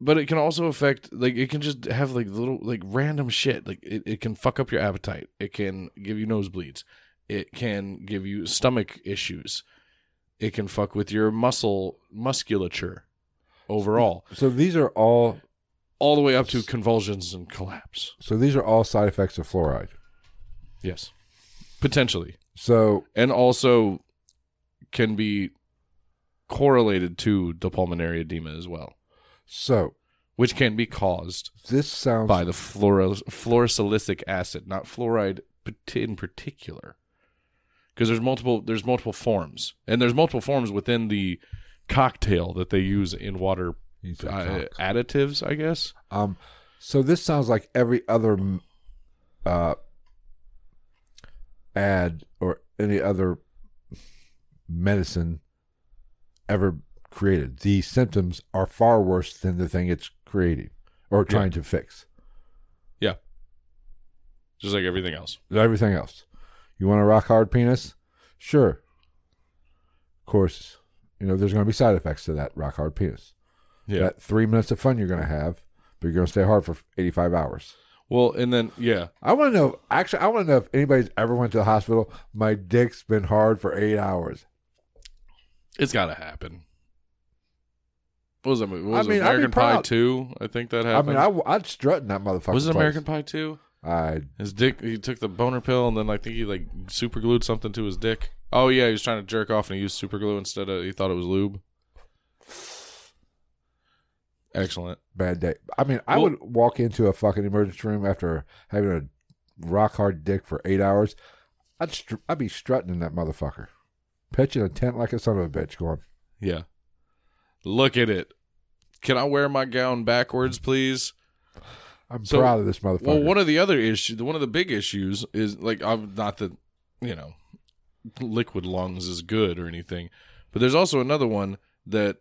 S2: but it can also affect like it can just have like little like random shit like it, it can fuck up your appetite it can give you nosebleeds it can give you stomach issues it can fuck with your muscle musculature overall
S1: So these are all
S2: all the way up to convulsions and collapse
S1: so these are all side effects of fluoride.
S2: yes potentially
S1: So
S2: and also can be correlated to the pulmonary edema as well
S1: so
S2: which can be caused
S1: this sounds
S2: by the fluoro fluorosilicic acid, not fluoride pat- in particular. Because there's multiple there's multiple forms, and there's multiple forms within the cocktail that they use in water
S1: You said
S2: uh,
S1: cock.
S2: additives, I guess.
S1: Um, so this sounds like every other mm, uh, ad or any other medicine ever created. The symptoms are far worse than the thing it's creating or trying to fix.
S2: Yeah, just like everything else.
S1: Everything else. You want a rock hard penis? Sure. Of course, you know, there's going to be side effects to that rock hard penis.
S2: Yeah.
S1: That three minutes of fun you're going to have, but you're going to stay hard for 85 hours.
S2: Well, and then yeah,
S1: I want to know. Actually, I want to know if anybody's ever went to the hospital. My dick's been hard for eight hours.
S2: it's got to happen. What was that movie? What
S1: I
S2: was
S1: mean,
S2: it
S1: I'd be
S2: American Pie
S1: proud.
S2: Two? I think that
S1: I
S2: happened.
S1: mean, I, would strut in that motherfucker.
S2: was it American Pie Two?
S1: I
S2: His dick. He took the boner pill, and then I think he like super glued something to his dick. Oh yeah, he was trying to jerk off, and he used super glue instead of. He thought it was lube. Excellent.
S1: bad day. I mean, I
S2: Well-
S1: would walk into a fucking emergency room after having a rock hard dick for eight hours. I'd str- I'd be strutting in that motherfucker, pitching a tent like a son of a bitch. Going,
S2: Yeah. Look at it. Can I wear my gown backwards, please?
S1: I'm
S2: So-
S1: proud of this motherfucker.
S2: Well, one of the other issues, one of the big issues is like I'm not that you know, liquid lungs is good or anything, but there's also another one that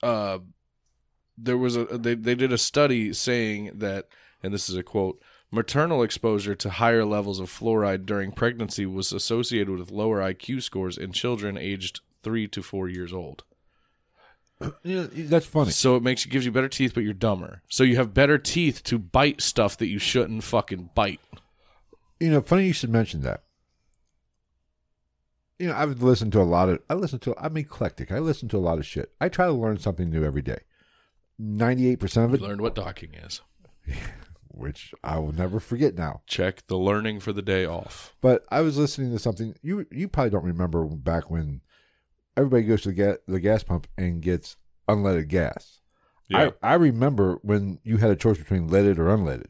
S2: uh there was a they they did a study saying that and this is a quote maternal exposure to higher levels of fluoride during pregnancy was associated with lower IQ scores in children aged 3 to 4 years old.
S1: You know, that's funny.
S2: So it makes you gives you better teeth, but you're dumber. So you have better teeth to bite stuff that you shouldn't fucking bite.
S1: You know, funny you should mention that. You know, I've listened to a lot of. I listen to. I'm eclectic. I listen to a lot of shit. I try to learn something new every day. Ninety-eight percent
S2: We
S1: of it,
S2: learned what docking is.
S1: which I will never forget now.
S2: Check the learning for the day off.
S1: But I was listening to something. You you probably don't remember back when everybody goes to the gas, the gas pump and gets unleaded gas. I, I remember when you had a choice between leaded or unleaded.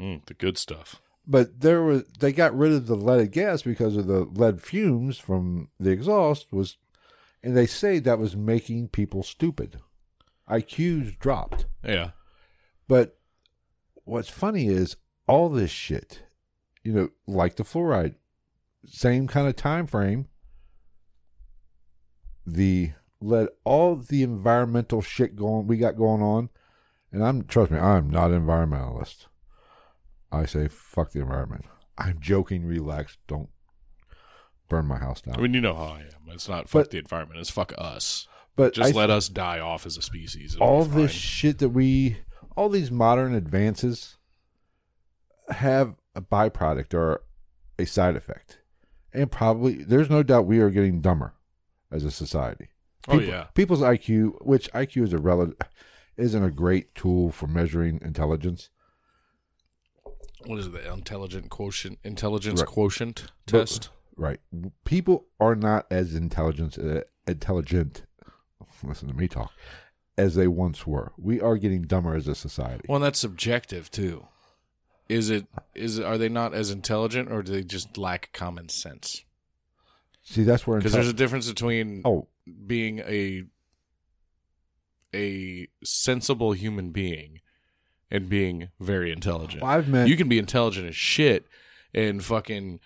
S2: Mm, the good stuff.
S1: but there was they got rid of the leaded gas because of the lead fumes from the exhaust was and they say that was making people stupid iqs dropped
S2: Yeah.
S1: but what's funny is all this shit you know like the fluoride same kind of time frame the lead all the environmental shit going we got going on and i'm trust me i'm not an environmentalist i say fuck the environment i'm joking relax don't burn my house down
S2: I mean, you know how I am. It's not fuck
S1: But-
S2: the environment. It's fuck us.
S1: but
S2: Just
S1: I-
S2: let us die off as a species. It'll
S1: all
S2: be
S1: this
S2: fine.
S1: shit that we all these modern advances have a byproduct or a side effect and probably there's no doubt we are getting dumber as a society
S2: Oh,
S1: People-
S2: yeah.
S1: people's iq which iq is a relative isn't a great tool for measuring intelligence
S2: What is it? The intelligent quotient, intelligence
S1: Right.
S2: quotient
S1: But-
S2: test.
S1: right people are not as intelligent uh, intelligent listen to me talk as they once were we are getting dumber as a society
S2: Well, and that's subjective too. Is it? Is it? Are they not as intelligent, or do they just lack common sense?
S1: see that's where
S2: Because there's a
S1: intelli-
S2: difference between
S1: oh
S2: being a a sensible human being and being very intelligent.
S1: Well, I've met-
S2: you can be intelligent as shit and fucking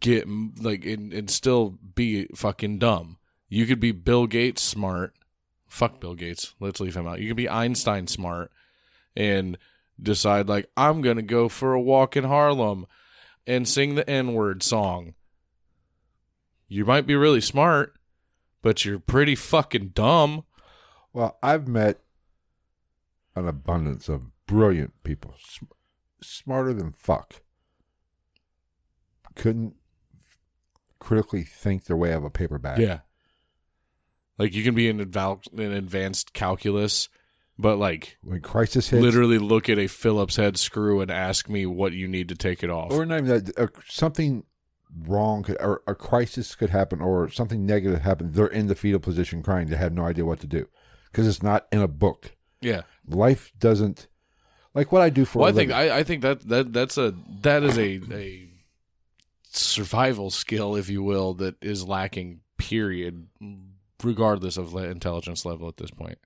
S2: get m- like and, and still be fucking dumb. You could be Bill Gates smart. Fuck Bill Gates. Let's leave him out. You could be Einstein smart and decide like I'm gonna go for a walk in Harlem and sing the N word song. You might be really smart, but you're pretty fucking dumb.
S1: Well, I've met an abundance of brilliant people, sm- smarter than fuck. Couldn't critically think their way out of a paper bag.
S2: Yeah. Like you can be in, adval- in advanced calculus, but like
S1: When crisis hits,
S2: literally look at a Phillips head screw and ask me what you need to take it off.
S1: or not even that, uh, something wrong could, or a crisis could happen, or something negative happened. They're in the fetal position crying. They have no idea what to do because it's not in a book.
S2: yeah.
S1: Life doesn't like what I do for.
S2: Well,
S1: a
S2: I think
S1: living.
S2: I, I think that that that's a that is a a survival skill, if you will, that is lacking. Period, regardless of le- intelligence level at this point.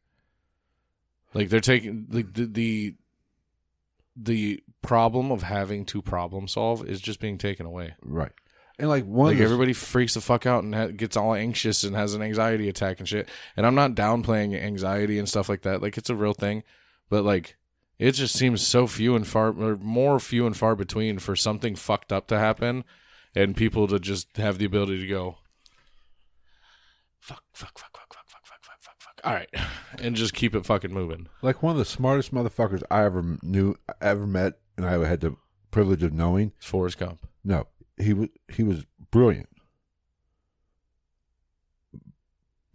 S2: Like they're taking the the the, the problem of having to problem solve is just being taken away.
S1: right, and like one
S2: like
S1: of the-
S2: everybody freaks the fuck out and ha- gets all anxious and has an anxiety attack and shit. And I'm not downplaying anxiety and stuff like that. Like it's a real thing, but like it just seems so few and far, or more few and far between for something fucked up to happen, and people to just have the ability to go, fuck, fuck, fuck, fuck, fuck, fuck, fuck, fuck, fuck, fuck. All right, and just keep it fucking moving.
S1: like one of the smartest motherfuckers I ever knew, ever met, and I had the privilege of knowing.
S2: It's Forrest Gump.
S1: No, he was he was brilliant.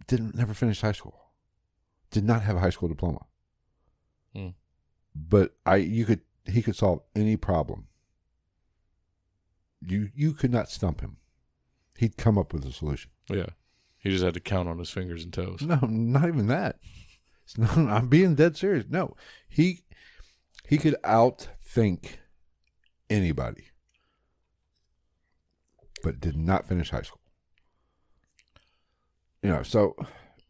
S1: Didn't never finish high school. Did not have a high school diploma.
S2: Hmm.
S1: But I you could he could solve any problem. You you could not stump him. He'd come up with a solution.
S2: Yeah, he just had to count on his fingers and toes.
S1: No, not even that. It's not, I'm being dead serious. No, he he could outthink anybody, but did not finish high school. You know, so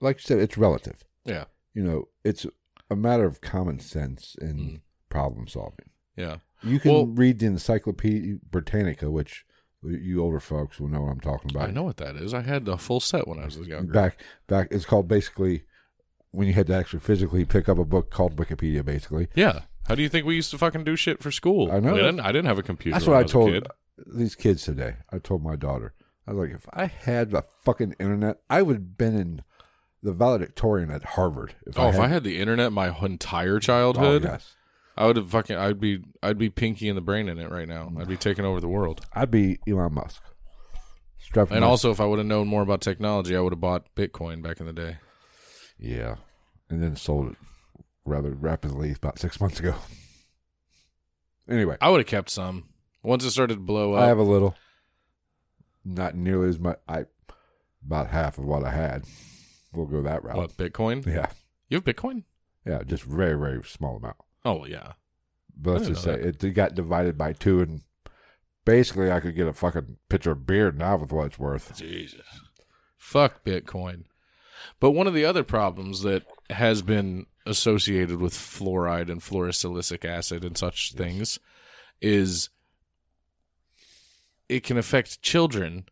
S1: like you said, it's relative.
S2: Yeah,
S1: You know, it's a matter of common sense and problem solving.
S2: yeah.
S1: You can
S2: Mm-hmm. Well-
S1: read the Encyclopedia Britannica, which you older folks will know what I'm talking about
S2: I know what that is. I had the full set when I was younger.
S1: back back it's called basically when you had to actually physically pick up a book called wikipedia basically
S2: Yeah. How do you think we used to fucking do shit for school?
S1: I know.
S2: We didn't, I didn't have a computer.
S1: that's
S2: when
S1: what i
S2: was a
S1: told
S2: kid.
S1: these kids today i told my daughter i was like if i had the fucking internet i would have been in the valedictorian at harvard if
S2: Oh, if I had the internet my entire childhood,
S1: oh, yes.
S2: I would have fucking. I'd be. I'd be pinky in the brain in it right now. I'd be taking over the world.
S1: i'd be elon musk strapped
S2: And
S1: my-
S2: also, if I would have known more about technology, I would have bought Bitcoin back in the day.
S1: yeah and then sold it rather rapidly about six months ago anyway
S2: I would have kept some. Once it started to blow up,
S1: i have a little not nearly as much i about half of what i had we'll go that route
S2: what Bitcoin?
S1: Yeah,
S2: You have Bitcoin?
S1: yeah, just very very small amount.
S2: Oh well, yeah.
S1: But let's
S2: I
S1: just
S2: know
S1: say it, it got divided by two, and basically I could get a fucking pitcher of beer now with what it's worth.
S2: Jesus. Fuck Bitcoin. But one of the other problems that has been associated with fluoride and fluorosilicic acid and such things is it can affect children,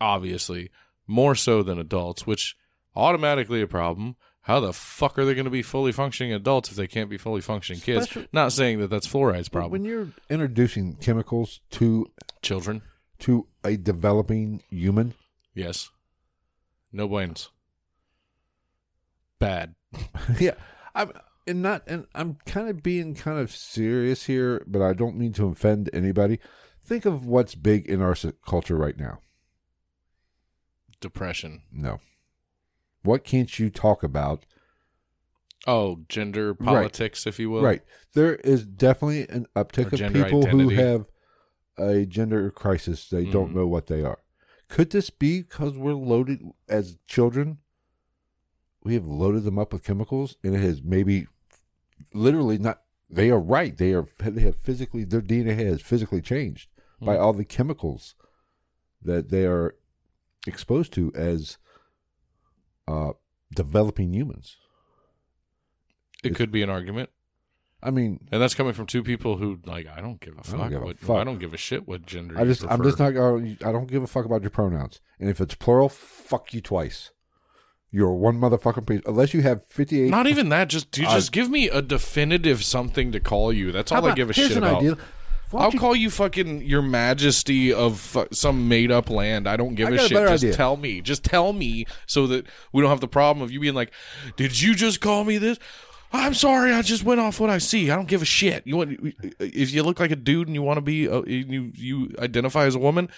S2: obviously, more so than adults, which automatically a problem. How the fuck are they going to be fully functioning adults if they can't be fully functioning kids?
S1: Especially-
S2: Not saying that that's fluoride's
S1: But
S2: problem.
S1: when you're introducing chemicals to
S2: Children,
S1: to a developing human,
S2: yes. No brains. Bad.
S1: yeah, I'm and not and I'm kind of being kind of serious here, but I don't mean to offend anybody. Think of what's big in our s- culture right now.
S2: depression.
S1: No, what can't you talk about
S2: Oh, gender
S1: Right.
S2: politics, if you will.
S1: right. There is definitely an uptick
S2: Or
S1: of
S2: gender
S1: people who
S2: identity.
S1: have a gender crisis. They don't
S2: Mhm.
S1: know what they are. Could this be because we're loaded as children? We have loaded them up with chemicals, and it has maybe literally not. They are right. They are. They have physically. Their DNA has physically changed
S2: Mm-hmm.
S1: by all the chemicals that they are exposed to as uh, developing humans.
S2: It could be an argument,
S1: I mean,
S2: and that's coming from two people who like I don't give a fuck.
S1: don't give a
S2: what,
S1: fuck.
S2: I don't give a shit what gender.
S1: I
S2: you
S1: just, I'm just
S2: prefer.
S1: not. gonna- I don't give a fuck about your pronouns. And if it's plural, fuck you twice. You're one motherfucking piece. Unless you have 58.
S2: Not even that. Just you
S1: I-
S2: just give me a definitive something to call you. That's
S1: How
S2: all I
S1: about-
S2: give a
S1: here's
S2: shit
S1: an
S2: about.
S1: idea.
S2: I'll call you fucking your majesty of fu- some made up land. I don't give
S1: I
S2: a
S1: got a
S2: shit.
S1: better
S2: just
S1: idea.
S2: tell me. Just tell me so that we don't have the problem of you being like, "Did you just call me this?" I'm sorry. I just went off what I see. I don't give a shit. You want if you look like a dude and you want to be a, you you identify as a woman,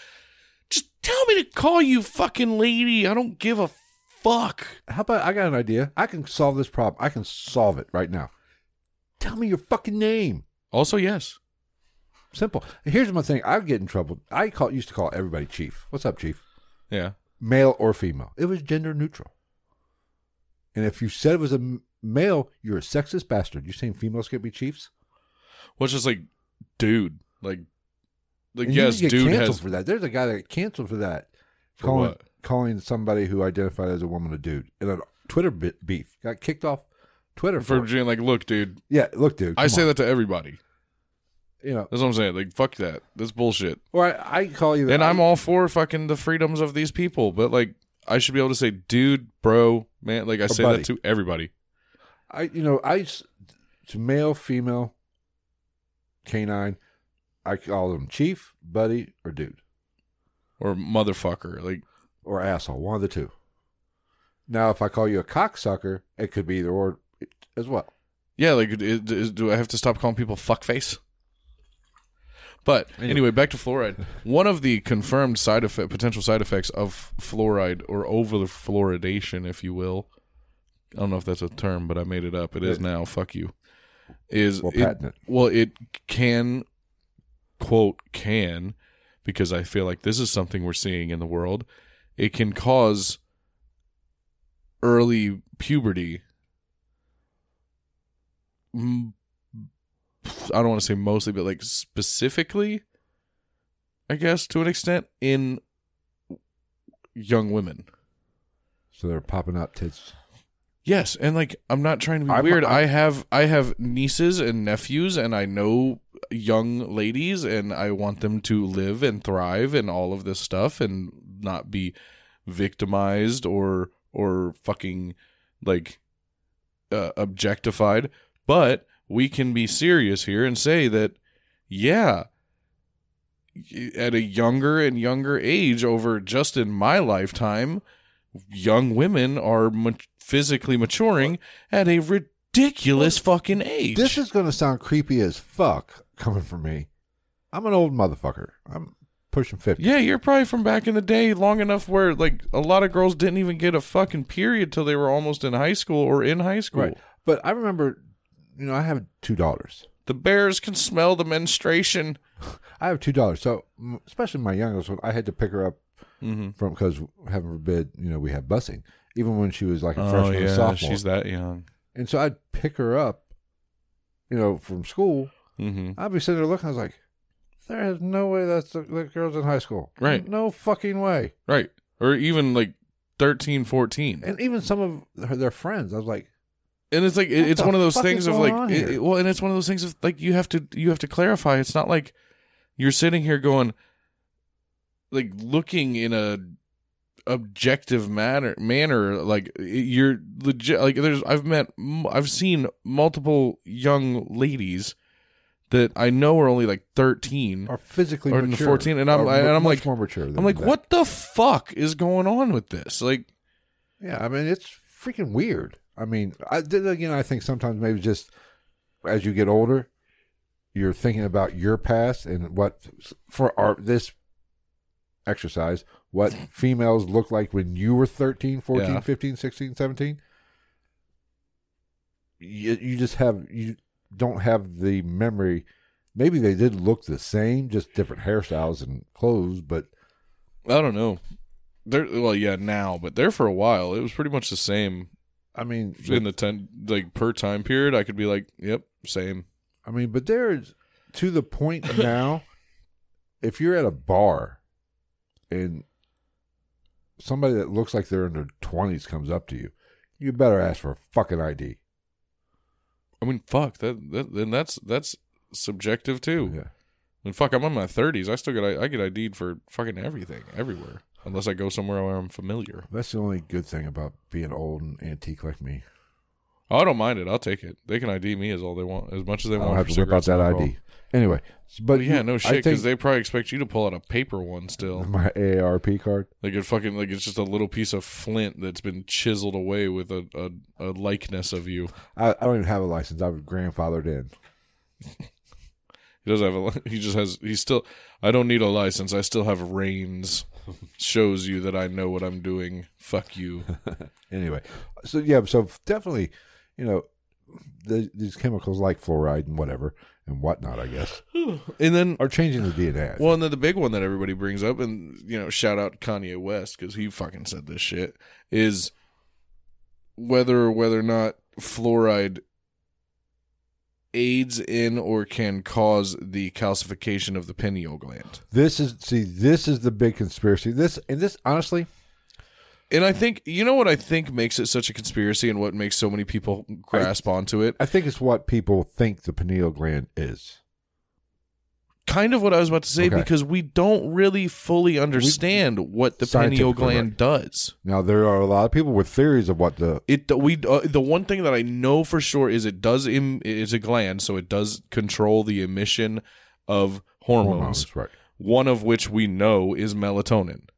S2: just tell me to call you fucking lady. I don't give a fuck.
S1: How about I got an idea? I can solve this problem. I can solve it right now. Tell me your fucking name.
S2: Also, yes.
S1: Simple. Here's my thing. I get in trouble. I call, used to call everybody chief. What's up, chief?
S2: Yeah.
S1: Male or female. It was gender neutral. And if you said it was a m- male, you're a sexist bastard. You saying females can't be chiefs?
S2: Well, it's just like, dude, like, like
S1: And you
S2: yes,
S1: can get
S2: dude
S1: canceled
S2: has
S1: for that. There's a guy that got canceled for that.
S2: For
S1: calling
S2: what?
S1: calling somebody who identified as a woman a dude in a Twitter bi- beef. Got kicked off Twitter for,
S2: for being like, look, dude,
S1: Yeah, look, dude.
S2: I
S1: come
S2: say
S1: on.
S2: that to everybody.
S1: you know,
S2: That's what I'm saying. Like, fuck that. That's bullshit.
S1: or I, I call you.
S2: And
S1: I-
S2: I'm all for fucking the freedoms of these people, but like, I should be able to say, dude, bro, man. Like, I say
S1: buddy.
S2: that to everybody.
S1: I you know I s- to male female canine I call them chief buddy or dude
S2: Or motherfucker. Like,
S1: or asshole one of the two. Now if I call you a cocksucker it could be either or as well.
S2: yeah, like, it- it- is- do I have to stop calling people fuckface? But
S1: Anyway.
S2: anyway, back to fluoride. One of the confirmed side effect, potential side effects of fluoride or over fluoridation, if you will. I don't know if that's a term, but I made it up. It is now. Fuck you. Is
S1: Well,
S2: it-
S1: patent it.
S2: Well, it can, quote, can, because I feel like this is something we're seeing in the world. It can cause early puberty. Mm, I don't want to say mostly, but like specifically, I guess to an extent, in young women.
S1: So they're popping out tits.
S2: Yes, and like I'm not trying to be
S1: I'm-
S2: weird.
S1: I'm-
S2: i have I have nieces and nephews, and I know young ladies, and I want them to live and thrive and all of this stuff, and not be victimized or or fucking like uh, objectified. But we can be serious here and say that yeah, at a younger and younger age, over just in my lifetime young women are mat- physically maturing at a ridiculous fucking age.
S1: This is going to sound creepy as fuck coming from me. I'm an old motherfucker. I'm pushing 50.
S2: yeah, you're probably from back in the day, long enough where like a lot of girls didn't even get a fucking period till they were almost in high school or in high school.
S1: Right. But I remember you know I have two daughters.
S2: The bears can smell the menstruation.
S1: I have two daughters. So m- especially my youngest one I had to pick her up
S2: Mm-hmm.
S1: from because heaven forbid you know we have busing even when she was like a freshman or sophomore
S2: Oh, she's that young.
S1: and so i'd pick her up you know from school
S2: Mm-hmm.
S1: i'd be sitting there looking i was like there is no way that's the, the girls in high school
S2: Right.
S1: no fucking way
S2: Right. Or even like 13, 14.
S1: and even some of her, their friends i was like
S2: and it's like
S1: What
S2: it, it's
S1: the
S2: one of those
S1: fuck
S2: things
S1: is
S2: of
S1: going
S2: like
S1: on
S2: it-
S1: here?
S2: well and it's one of those things of like you have to you have to clarify it's not like you're sitting here going like looking in a objective manner manner like you're legit like there's I've met m- I've seen multiple young ladies that I know are only like 13
S1: are physically
S2: Mm. Or in the
S1: mature
S2: 14, and I'm-
S1: are
S2: and
S1: mu-
S2: I'm
S1: much
S2: like-
S1: more mature than
S2: I'm like
S1: that.
S2: what the fuck is going on with this like
S1: yeah i mean it's freaking weird i mean i then again i think sometimes maybe just as you get older you're thinking about your past and what for our this exercise what females look like when you were 13 14
S2: Yeah.
S1: 15 16 17 you, you just have you don't have the memory maybe they did look the same just different hairstyles and clothes but
S2: I don't know there well yeah now but there for a while it was pretty much the same
S1: i mean
S2: in the ten like per time period, I could be like, yep, same.
S1: I mean, but there's to the point now. if you're at a bar, and somebody that looks like they're in their twenties comes up to you, you better ask for a fucking ID.
S2: I mean, fuck that. that and that's that's subjective too.
S1: Yeah.
S2: And fuck, I'm in my 30s. I still get I, I get ID'd for fucking everything everywhere, unless I go somewhere where I'm familiar.
S1: That's the only good thing about being old and antique like me.
S2: Oh, I don't mind it. I'll take it. They can ID me as all they want, as much as they
S1: I
S2: want.
S1: don't have
S2: for
S1: to whip out
S2: cigarettes and
S1: that
S2: alcohol.
S1: ID. Anyway, but
S2: But yeah, no
S1: I
S2: shit,
S1: think
S2: because they probably expect you to pull out a paper one still.
S1: my AARP card.
S2: Like it fucking like it's just a little piece of flint that's been chiseled away with a, a, a likeness of you.
S1: I, I don't even have a license. I'm grandfathered in.
S2: He does have a. li- He just has. He's still. I don't need a license. I still have reins. Shows you that I know what I'm doing. Fuck you.
S1: Anyway, so yeah, so definitely, you know, the, these chemicals like fluoride and whatever and whatnot, I guess,
S2: And then
S1: are changing the DNA.
S2: Well, and then the big one that everybody brings up, and you know, shout out Kanye West because he fucking said this shit is whether or whether or not fluoride aids in or can cause the calcification of the pineal gland.
S1: this is see, this is the big conspiracy. This and this, honestly,
S2: And I think you know what I think makes it such a conspiracy, and what makes so many people grasp onto it.
S1: I think it's what people think the pineal gland is.
S2: Kind of what I was about to say
S1: Okay.
S2: because we don't really fully understand what the pineal
S1: Scientifically,
S2: gland does.
S1: Now there are a lot of people with theories of what the
S2: it we uh, the one thing that I know for sure is it does Im- is a gland, so it does control the emission of hormones.
S1: hormones, right,
S2: One of which we know is melatonin,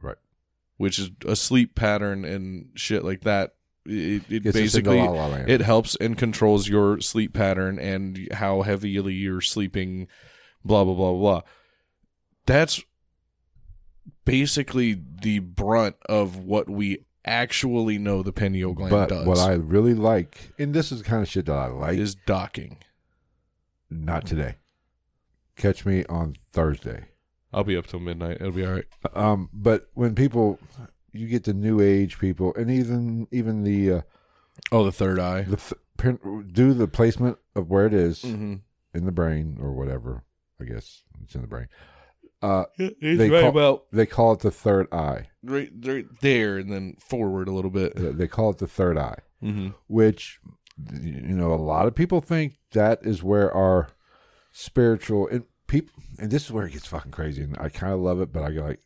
S1: right.
S2: which is a sleep pattern and shit like that. It, it
S1: Gets us into
S2: basically
S1: la la land.
S2: it helps and controls your sleep pattern and how heavily you're sleeping. Blah blah blah blah. That's basically the brunt of what we actually know the pineal gland
S1: But
S2: does
S1: what I really like, and this is the kind of shit that I like,
S2: is docking.
S1: not today. Catch me on Thursday.
S2: I'll be up till midnight. It'll be all right.
S1: Um, but when people, you get the new age people, and even even the uh,
S2: Oh, the third eye.
S1: the f- pin- do the placement of where it is
S2: Mm-hmm.
S1: in the brain or whatever. I guess it's in the brain. Uh,
S2: He's
S1: They
S2: right
S1: call-
S2: about
S1: they call it the third eye.
S2: right, right there and then forward a little bit.
S1: They they call it the third eye,
S2: Mm-hmm.
S1: which you know a lot of people think that is where our spiritual and people. And this is where it gets fucking crazy, and I kind of love it, but I go like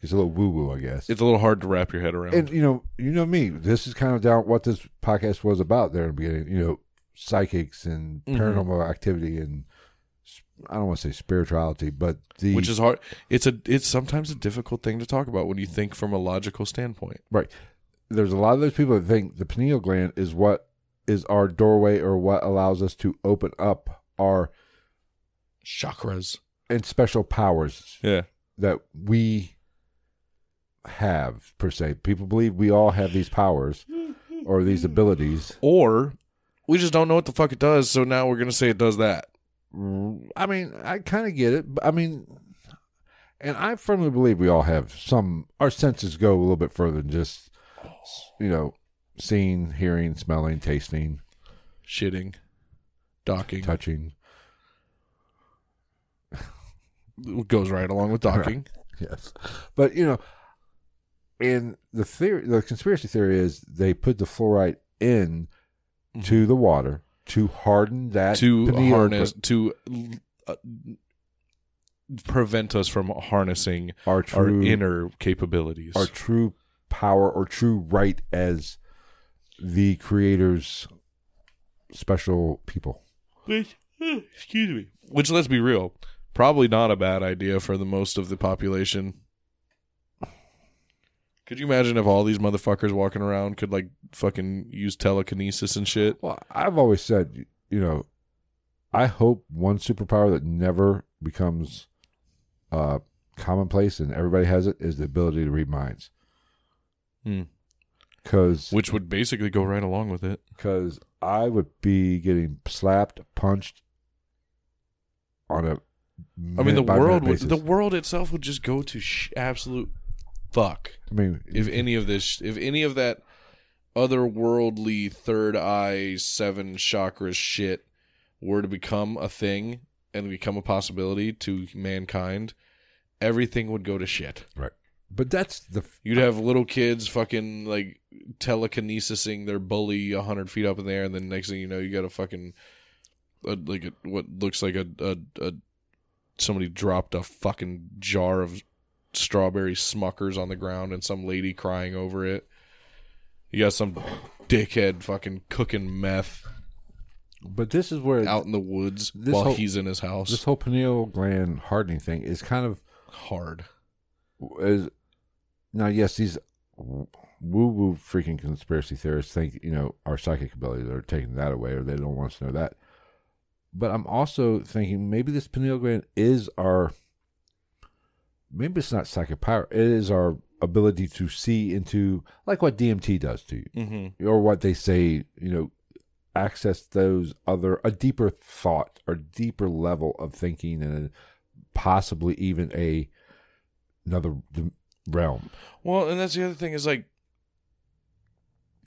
S1: it's a little woo woo, I guess.
S2: It's a little hard to wrap your head around.
S1: and you know, you know me. This is kind of down what this podcast was about there in the beginning. You know, psychics and
S2: Mhm.
S1: paranormal activity, and s- I don't want to say spirituality, but the
S2: which is hard. It's a it's sometimes a difficult thing to talk about when you think from a logical standpoint.
S1: right. There's a lot of those people that think the pineal gland is what is our doorway or what allows us to open up our
S2: Chakras.
S1: and special powers
S2: Yeah.
S1: that we have per se. People believe we all have these powers or these abilities.
S2: Or we just don't know what the fuck it does, so now we're gonna say it does that.
S1: I mean, I kind of get it. But I mean, and I firmly believe we all have some. Our senses go a little bit further than just, you know, seeing, hearing, smelling, tasting,
S2: Shitting, docking
S1: touching.
S2: goes right along with docking.
S1: Yes, but you know, and the theory, the conspiracy theory is they put the fluoride in to the water to harden that
S2: Mm-hmm. to
S1: pineal-
S2: harness to uh, prevent us from harnessing
S1: our
S2: our
S1: true
S2: inner capabilities.
S1: our true power or true right as the creator's special people.
S2: which, eh, excuse me. Which, let's be real, probably not a bad idea for the most of the population. Could you imagine if all these motherfuckers walking around could like fucking use telekinesis and shit?
S1: Well, I've always said, you know, I hope one superpower that never becomes uh, commonplace and everybody has it is the ability to read minds.
S2: Hmm.
S1: Because
S2: Which would basically go right along with it.
S1: I would be getting slapped, punched on a.
S2: I mean, the world would, the
S1: I
S2: world itself would just go to sh- absolute fuck.
S1: mean,
S2: if any of this if any of that otherworldly third eye seven chakras shit were to become a thing and become a possibility to mankind everything would go to shit
S1: right. But that's the
S2: you'd have little kids fucking like telekinesising their bully 100 feet up in the air and then next thing you know you got a fucking a, like a, what looks like a, a, a somebody dropped a fucking jar of strawberry smuckers on the ground and some lady crying over it you got some dickhead fucking cooking meth
S1: But this is where
S2: out in the woods
S1: This
S2: while
S1: whole-
S2: he's in his house.
S1: this whole pineal gland hardening thing is kind of
S2: Hard.
S1: is now yes these woo woo freaking conspiracy theorists think you know our psychic abilities are taking that away or they don't want us to know that but i'm also thinking maybe this pineal gland is our maybe it's not psychic power it is our ability to see into like what dmt does to you
S2: Mm-hmm.
S1: or what they say you know access those other a deeper thought or deeper level of thinking and possibly even a another d- realm
S2: Well, and that's the other thing is like,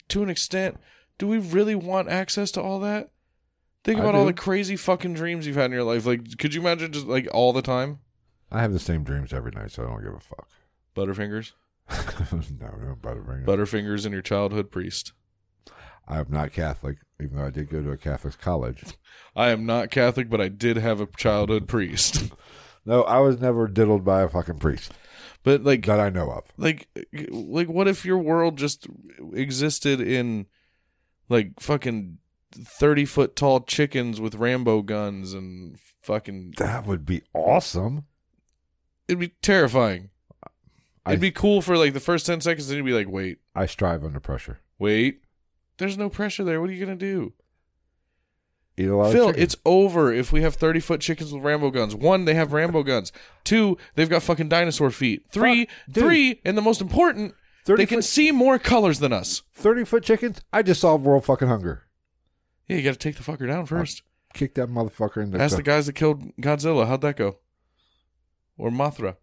S2: to an extent, do we really want access to all that? Think
S1: I
S2: about all
S1: do.
S2: the crazy fucking dreams you've had in your life. Like, could you imagine just like all the time?
S1: i have the same dreams every night so i don't give a fuck
S2: Butterfingers,
S1: no no butterfinger
S2: Butterfingers, and your childhood priest.
S1: i'm not catholic even though i did go to a catholic college
S2: I am not Catholic, but I did have a childhood priest.
S1: no i was never diddled by a fucking priest
S2: But like,
S1: that i know of
S2: like, like, what if your world just existed in like fucking thirty foot tall chickens with Rambo guns and fucking?
S1: that would be awesome
S2: It'd be terrifying.
S1: I-
S2: It'd be cool for like the first 10 seconds, then you'd be like, wait,
S1: i strive under pressure
S2: wait. There's no pressure there. What are you going to do?
S1: eat a lot
S2: Phil,
S1: of chicken.
S2: it's over if we have 30 foot chickens with Rambo guns. One, they have Rambo guns. Two, they've got fucking dinosaur feet. Three,
S1: dude.
S2: three, and the most important,
S1: 30
S2: they can
S1: foot-
S2: see more colors than us.
S1: 30 foot chickens i just solved world fucking hunger
S2: Yeah, you got to take the fucker down first.
S1: kick that motherfucker in the
S2: Ask the guys that killed Godzilla. How'd that go? Or Mothra.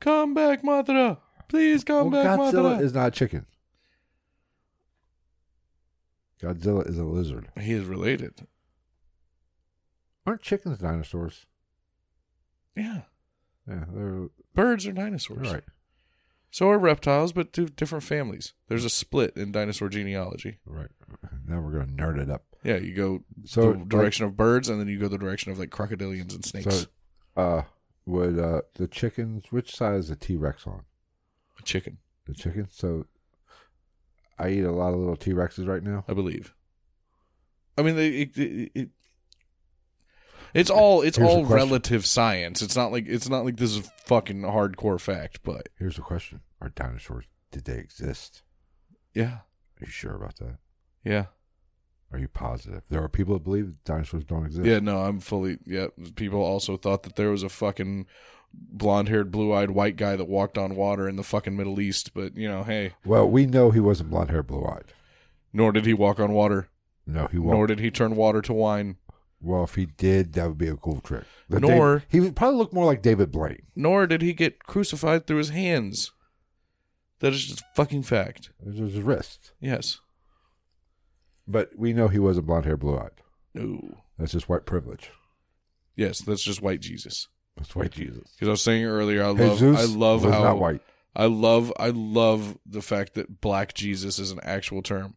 S2: Come back, Mothra. Please come
S1: Well,
S2: back,
S1: Godzilla
S2: Mothra.
S1: is not a chicken. Godzilla is a lizard.
S2: he is related.
S1: Aren't chickens dinosaurs?
S2: Yeah.
S1: Yeah, they're,
S2: Birds are
S1: they're
S2: dinosaurs.
S1: right.
S2: So are reptiles, but two different families. There's a split in dinosaur genealogy.
S1: Right. Now we're gonna nerd it up.
S2: Yeah, you go
S1: So,
S2: the direction of birds, and then you go the direction of like crocodilians and
S1: So,
S2: snakes.
S1: uh, would uh the chickens? Which side is the T Rex on?
S2: A chicken,
S1: The chicken. So, I eat a lot of little T Rexes right now.
S2: I believe. I mean, they, it, it, it, it's all it's
S1: Here's a
S2: all
S1: question.
S2: relative science. It's not like it's not like this is fucking hardcore fact, but
S1: Here's the question: Are dinosaurs? Did they exist?
S2: yeah,
S1: Are you sure about that?
S2: yeah,
S1: Are you positive? There are people that believe dinosaurs don't exist.
S2: yeah. No, I'm fully. Yeah, people also thought that there was a fucking blonde-haired, blue-eyed white guy that walked on water in the fucking Middle East, but you know, hey.
S1: Well, we know he wasn't blonde hair, blue eyed.
S2: Nor did he walk on water.
S1: No, he
S2: Nor
S1: won't.
S2: did he turn water to wine.
S1: Well, if he did, that would be a cool trick. The
S2: Nor-
S1: David- he would probably look more like David Blaine.
S2: Nor did he get crucified through his hands. That is just fucking fact.
S1: It was his wrist.
S2: Yes.
S1: But we know he wasn't blonde hair, blue eyed.
S2: No.
S1: That's just white privilege.
S2: Yes, that's just white Jesus.
S1: That's white Jesus.
S2: Because I was saying earlier, I love,
S1: Jesus
S2: I love
S1: was
S2: how
S1: not white.
S2: I love, I love the fact that black Jesus is an actual term.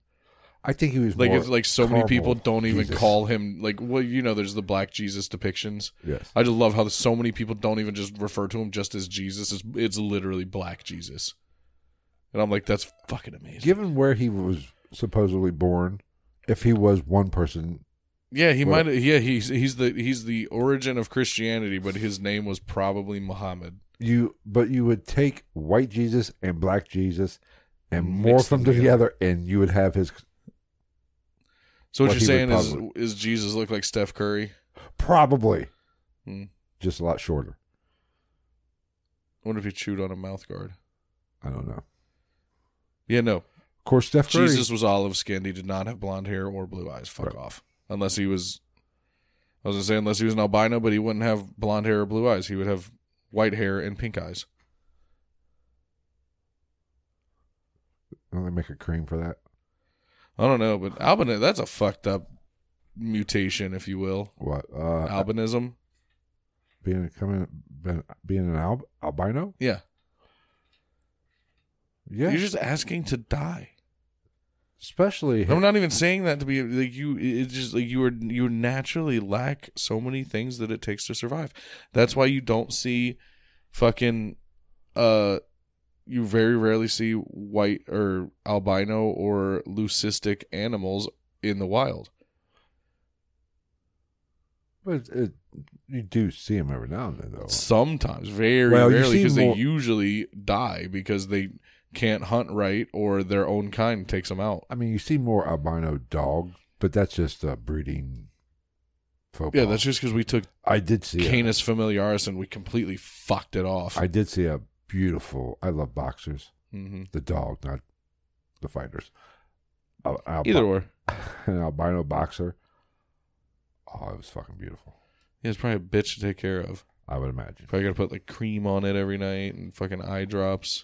S1: I think he was
S2: Like
S1: more
S2: it's like so many
S1: caramel
S2: people don't even
S1: Jesus.
S2: call him like well, you know, there's the black Jesus depictions.
S1: Yes,
S2: I just love how so many people don't even just refer to him just as Jesus. It's it's literally black Jesus. And I'm like, that's fucking amazing.
S1: given where he was supposedly born, if he was one person,
S2: Yeah, he
S1: Well-
S2: might. Yeah, he's he's the he's the origin of Christianity, but his name was probably Muhammad.
S1: you but you would take white Jesus and black Jesus and
S2: Mix
S1: morph them
S2: them
S1: together, and you would have his
S2: So what
S1: Well,
S2: you're
S1: he
S2: saying
S1: would
S2: is is Jesus look like Steph Curry?
S1: probably
S2: Hmm.
S1: just a lot shorter.
S2: I wonder if he chewed on a mouth guard.
S1: I don't know.
S2: Yeah, no.
S1: Of course, Steph Curry.
S2: Jesus was olive skinned. He did not have blonde hair or blue eyes. Fuck
S1: Right.
S2: off. Unless he was, I was gonna say unless he was an albino, but he wouldn't have blonde hair or blue eyes. He would have white hair and pink eyes.
S1: Don't they make a cream for that?
S2: I don't know, but albino. That's a fucked up mutation, if you will.
S1: What? Uh,
S2: Albinism.
S1: being coming, been, being an alb, albino?
S2: Yeah.
S1: Yeah.
S2: You're just asking to die.
S1: Especially
S2: I'm not even saying that to be like you. It's just like you are you naturally lack so many things that it takes to survive. That's why you don't see fucking uh you very rarely see white or albino or leucistic animals in the wild.
S1: But it, you do see them every now and then, though.
S2: Sometimes, very
S1: Well, you
S2: rarely,
S1: see
S2: because
S1: more-
S2: they usually die because they can't hunt right or their own kind takes them out.
S1: I mean, you see more albino dog, but that's just a breeding. Faux
S2: Yeah,
S1: pas.
S2: that's just because we took
S1: I did see. A,
S2: Canis familiaris and we completely fucked it off.
S1: I did see a beautiful. I love boxers.
S2: hmm
S1: The dog, not the fighters. A- a-
S2: Either or.
S1: an albino boxer. Oh, it was fucking beautiful.
S2: Yeah, it's probably a bitch to take care of.
S1: I would imagine.
S2: Probably got to put like cream on it every night and fucking eye drops.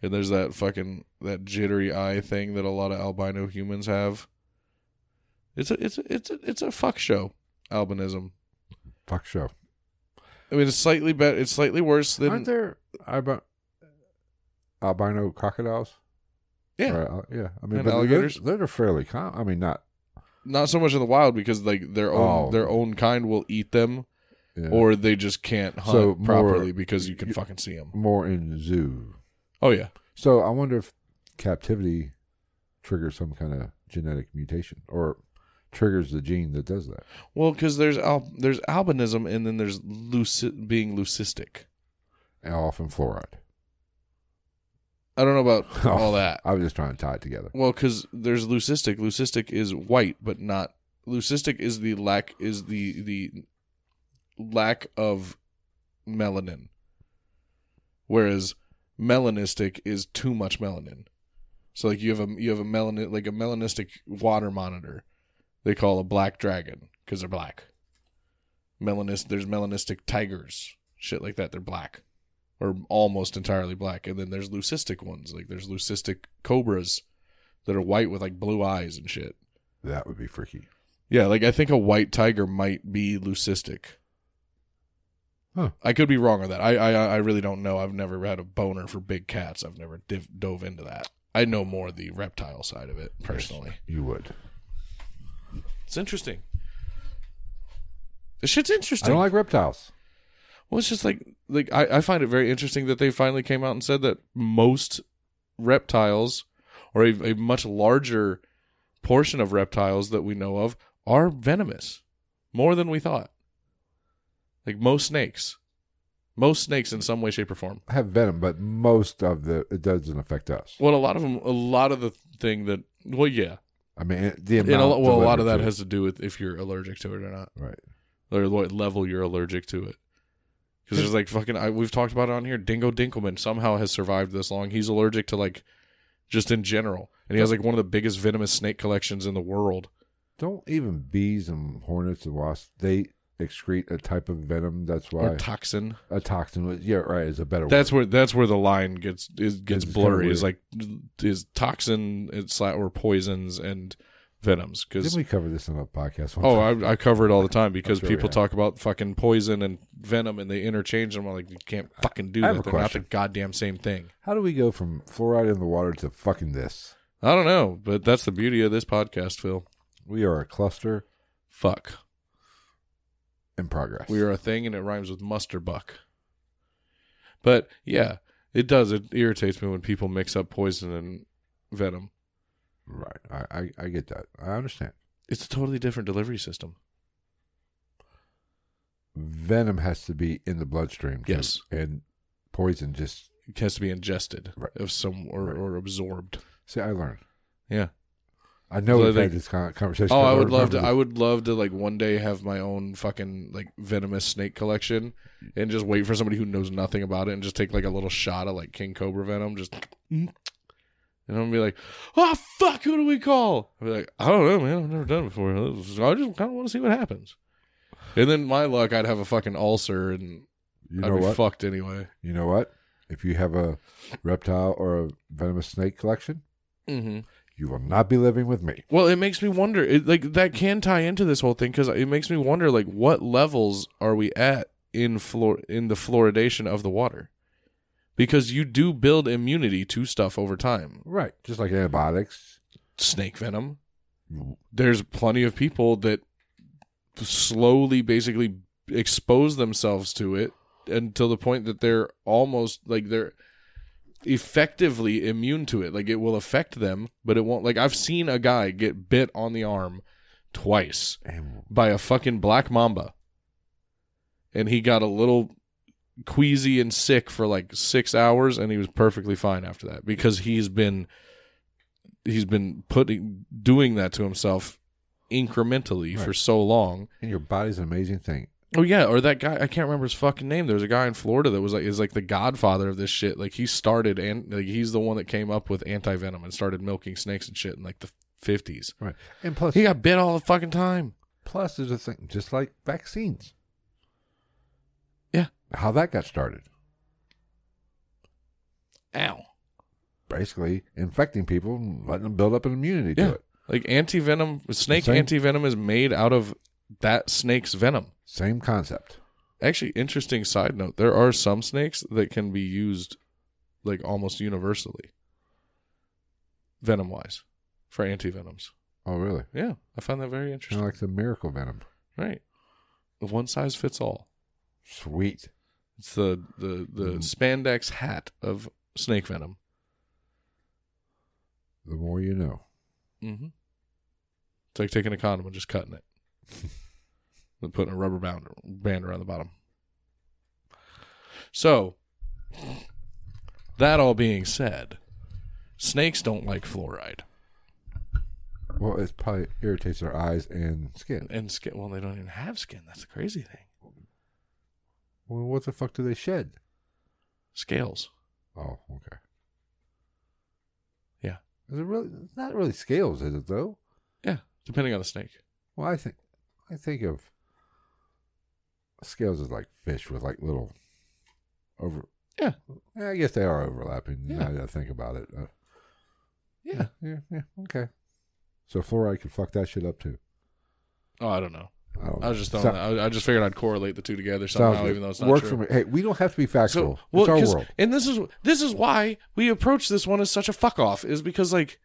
S2: And there's that fucking that jittery eye thing that a lot of albino humans have. It's a it's a, it's a, it's a fuck show albinism.
S1: Fuck show.
S2: I mean, it's slightly better. It's slightly worse than
S1: Aren't there albi- albino crocodiles?
S2: yeah.
S1: Or, uh, yeah. I mean,
S2: And
S1: but
S2: alligators?
S1: They're, they're fairly com I mean, not.
S2: Not so much in the wild because like their own
S1: Oh.
S2: their own kind will eat them,
S1: yeah.
S2: or they just can't hunt
S1: So more-
S2: properly because you can
S1: you-
S2: fucking see them.
S1: more in zoo.
S2: Oh yeah,
S1: So I wonder if captivity triggers some kind of genetic mutation or triggers the gene that does that.
S2: well because there's al- there's albinism and then there's leuci- being leucistic.
S1: And often fluoride.
S2: I don't know about all that.
S1: I was just trying to tie it together.
S2: Well, because there's leucistic. Leucistic is white, but not leucistic is the lack is the the lack of melanin, whereas melanistic is too much melanin. So like you have a you have a melanin like a melanistic water monitor, they call a black dragon because they're black. Melanist there's melanistic tigers, shit like that. They're black, or almost entirely black. And then there's leucistic ones like there's leucistic cobras that are white with like blue eyes and shit.
S1: That would be freaky.
S2: Yeah, like I think a white tiger might be leucistic.
S1: Huh.
S2: I could be wrong on that. I, I I really don't know. I've never had a boner for big cats. I've never div- dove into that. I know more the reptile side of it personally.
S1: You would.
S2: It's interesting. This shit's interesting.
S1: I don't like reptiles.
S2: Well, it's just like like I, I find it very interesting that they finally came out and said that most reptiles, or a, a much larger portion of reptiles that we know of, are venomous, more than we thought. Like most snakes, most snakes in some way, shape, or form.
S1: I have venom, but most of the it doesn't affect us.
S2: Well, a lot of them, a lot of the thing that, well, yeah,
S1: I mean, the
S2: and
S1: amount.
S2: a, lo- well, a lot of that
S1: delivered
S2: has to do with if you're allergic to it or not.
S1: to- right.
S2: or what level you're allergic to it. Because there's like fucking, I, we've talked about it on here. Dingo Dinkelman somehow has survived this long. He's allergic to like, just in general, and he has like one of the biggest venomous snake collections in the world.
S1: Don't even bees and hornets and wasps. They excrete a type of venom. That's why
S2: Or toxin.
S1: a toxin. Was, yeah, right. Is a better.
S2: That's
S1: word.
S2: where that's where the line gets is gets
S1: It's kinda
S2: blurry. Is like is toxin it's like- or poisons and venoms.
S1: Didn't
S2: Because
S1: we cover this on a podcast? One
S2: oh,
S1: time?
S2: I, I cover it all the time because
S1: sure we
S2: people
S1: have.
S2: talk about fucking poison and venom and they interchange them. I'm like, you can't fucking do
S1: I have
S2: that.
S1: a
S2: They're not the
S1: question.
S2: goddamn same thing.
S1: How do we go from fluoride in the water to fucking this?
S2: I don't know, but that's the beauty of this podcast, Phil.
S1: We are a cluster
S2: Fuck.
S1: in progress.
S2: We are a thing and it rhymes with muster buck. But yeah, it does. It irritates me when people mix up poison and venom.
S1: right. I, I I get that. I understand.
S2: It's a totally different delivery system.
S1: Venom has to be in the bloodstream. too,
S2: Yes.
S1: and poison just.
S2: It has to be ingested
S1: Right.
S2: of some or,
S1: Right.
S2: or absorbed.
S1: See, I learned.
S2: Yeah.
S1: I know
S2: So
S1: we've
S2: they-
S1: had this con- conversation.
S2: Oh, I would
S1: remember
S2: love to.
S1: this.
S2: I would love to like one day have my own fucking like venomous snake collection, and just wait for somebody who knows nothing about it and just take like a little shot of like king cobra venom, just and I'm gonna be like, oh fuck, who do we call? I'll be like, I don't know, man. I've never done it before. I just kind of want to see what happens. And then my luck, I'd have a fucking ulcer and
S1: You
S2: I'd
S1: know
S2: be
S1: what?
S2: fucked anyway.
S1: You know what? If you have a reptile or a venomous snake collection,
S2: Mm-hmm.
S1: you will not be living with me.
S2: Well, it makes me wonder. It, like that can tie into this whole thing because it makes me wonder. Like, what levels are we at in flor in the fluoridation of the water? Because you do build immunity to stuff over time.
S1: Right. Just like antibiotics.
S2: Snake venom.
S1: you-
S2: There's plenty of people that slowly, basically, expose themselves to it until the point that they're almost like they're effectively immune to it. Like it will affect them, but it won't. Like I've seen a guy get bit on the arm twice
S1: And
S2: by a fucking black mamba, and he got a little queasy and sick for like six hours, and he was perfectly fine after that because he's been he's been putting doing that to himself incrementally for
S1: Right.
S2: so long
S1: your body's an amazing thing.
S2: Oh yeah, or that guy I can't remember his fucking name. There was a guy in Florida that was like is like the godfather of this shit. Like he started and like he's the one that came up with anti venom and started milking snakes and shit in like the fifties.
S1: Right. And plus,
S2: He got bit all the fucking time.
S1: plus there's a thing just like vaccines.
S2: Yeah.
S1: How that got started.
S2: Ow.
S1: Basically, infecting people and letting them build up an immunity
S2: Yeah.
S1: to it.
S2: Like anti venom snake
S1: Same.
S2: anti venom is made out of that snake's venom.
S1: Same concept.
S2: Actually, interesting side note, there are some snakes that can be used like almost universally. Venom wise. For anti venoms.
S1: Oh, really?
S2: Yeah. I found that very interesting.
S1: Kind of like the miracle venom.
S2: Right. The one size fits all.
S1: Sweet.
S2: It's the the the
S1: Mm.
S2: spandex hat of snake venom.
S1: The more you know.
S2: Mm-hmm. It's like taking a condom and just cutting it, and putting a rubber bound band around the bottom. So, that all being said, snakes don't like fluoride
S1: Well, it probably irritates their eyes and skin.
S2: and skin. Well, they don't even have skin. That's the crazy thing.
S1: Well, what the fuck do they shed?
S2: Scales.
S1: Oh, okay.
S2: Yeah.
S1: Is it really? It's not really scales, is it though?
S2: Yeah. Depending on the snake.
S1: Well, I think I think of scales as like fish with like little over.
S2: Yeah.
S1: Yeah, I guess they are overlapping. Yeah.
S2: Yeah.
S1: Now that I think about it. Uh,
S2: Yeah.
S1: yeah. Yeah. Okay. So fluoride could fuck that shit up too.
S2: Oh, I don't know.
S1: I don't.
S2: I was just throwing
S1: So-
S2: that. I, I just figured I'd correlate the two together
S1: sounds
S2: somehow,
S1: good.
S2: even though it's not
S1: Work
S2: true.
S1: for me. Hey, we don't have to be factual.
S2: So, well,
S1: it's
S2: 'cause-
S1: our world.
S2: and this is this is why we approach this one as such a fuck off is because like,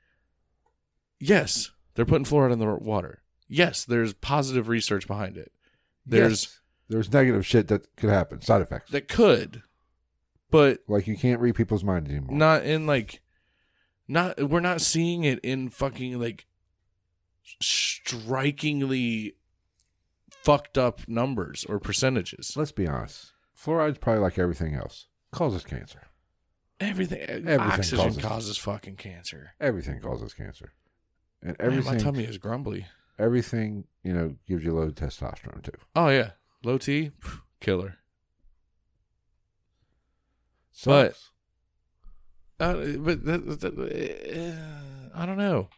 S2: yes, they're putting fluoride in the water. Yes, there's positive research behind it. There's
S1: Yes, there's negative shit that could happen. Side effects.
S2: that could, but
S1: like you can't read people's minds anymore.
S2: not in like, not we're not seeing it in fucking like strikingly fucked up numbers or percentages.
S1: Let's be honest. Fluoride's probably like everything else. Causes cancer.
S2: Everything,
S1: Everything
S2: oxygen
S1: causes-
S2: causes fucking cancer.
S1: Everything causes cancer. And
S2: Man,
S1: everything
S2: my tummy is grumbly.
S1: everything, you know, gives you low testosterone too.
S2: Oh yeah, low T, phew, killer.
S1: So
S2: But- Uh, but that, that- uh, I don't know.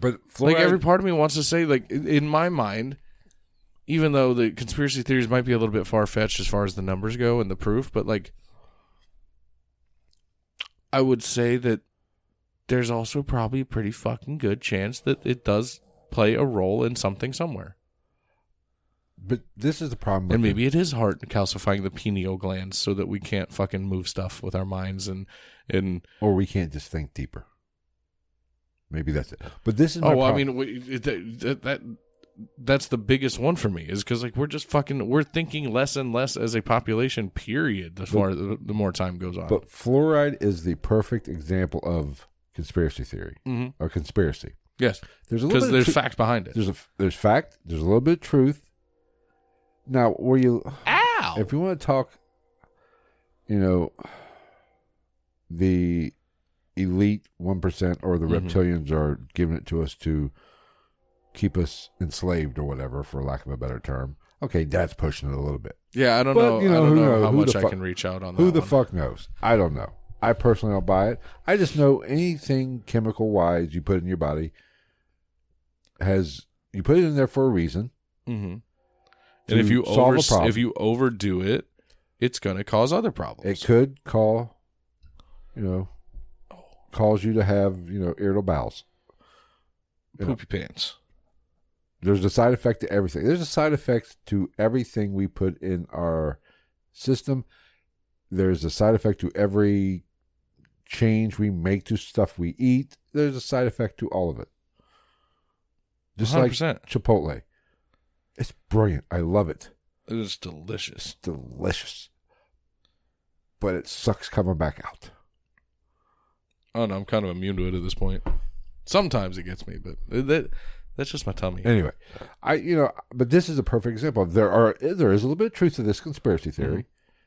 S1: but fluoride
S2: Like every part of me wants to say, like in in my mind, even though the conspiracy theories might be a little bit far fetched as far as the numbers go and the proof, but like, I would say that there's also probably a pretty fucking good chance that it does play a role in something somewhere,
S1: but this is the problem.
S2: and
S1: with
S2: maybe it is heart calcifying the pineal glands so that we can't fucking move stuff with our minds and and
S1: it. or we can't just think deeper. Maybe that's it. But this is my
S2: Oh, well, I
S1: problem.
S2: mean, we- that, that- that that's the biggest one for me is because like we're just fucking we're thinking less and less as a population. Period. The far the, the more time goes on.
S1: but fluoride is the perfect example of conspiracy theory
S2: Mhm.
S1: or conspiracy.
S2: yes,
S1: There's a little
S2: because
S1: bit
S2: there's
S1: of tru-
S2: fact behind it.
S1: There's a there's fact. There's a little bit of truth. Now, were you
S2: Ow!
S1: if you want to talk, you know, the elite one percent or the
S2: Mhm.
S1: reptilians are giving it to us to keep us enslaved or whatever, for lack of a better term. Okay, that's pushing it a little bit.
S2: yeah, I don't
S1: But,
S2: know.
S1: you know,
S2: I don't
S1: who
S2: know
S1: knows?
S2: how
S1: Who
S2: much
S1: the
S2: I
S1: fuck-
S2: can reach out on.
S1: Who
S2: that
S1: the
S2: one.
S1: fuck knows? I don't know. I personally don't buy it. I just know anything chemical wise you put in your body has you put it in there for a reason.
S2: Mhm.
S1: to
S2: And if you
S1: solve a
S2: over
S1: problem.
S2: if you overdo it, it's gonna cause other problems.
S1: It could call, you know, cause you to have you know irritable bowels. you know.
S2: Poopy pants.
S1: There's a side effect to everything. There's a side effect to everything we put in our system. There's a side effect to every change we make to stuff we eat. There's a side effect to all of it. Just like
S2: 100%.
S1: Chipotle. It's brilliant. I love it.
S2: It is delicious.
S1: It's delicious. But it sucks coming back out.
S2: I don't know. I'm kind of immune to it at this point. Sometimes it gets me, but that that's just my tummy.
S1: Anyway, I you know, but this is a perfect example. of There are there is a little bit of truth to this conspiracy theory.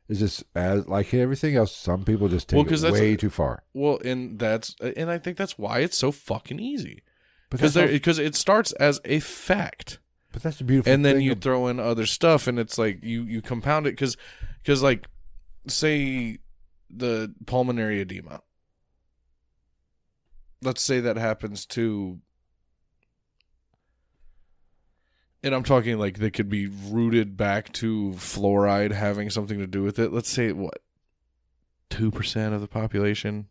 S1: Is this as like everything else? Some people just
S2: Mm-hmm. Well,
S1: take
S2: 'cause
S1: it
S2: that's-
S1: way too far.
S2: Well, and that's and I think that's why it's so fucking easy
S1: But
S2: because
S1: that's
S2: there because it starts as a fact,
S1: But that's the beautiful.
S2: and then
S1: thing
S2: you
S1: ab-
S2: throw in other stuff, and it's like you you compound it because because like say the pulmonary edema. Let's say that happens to. And I'm talking like they could be rooted back to fluoride having something to do with it. Let's say what, two percent of the population,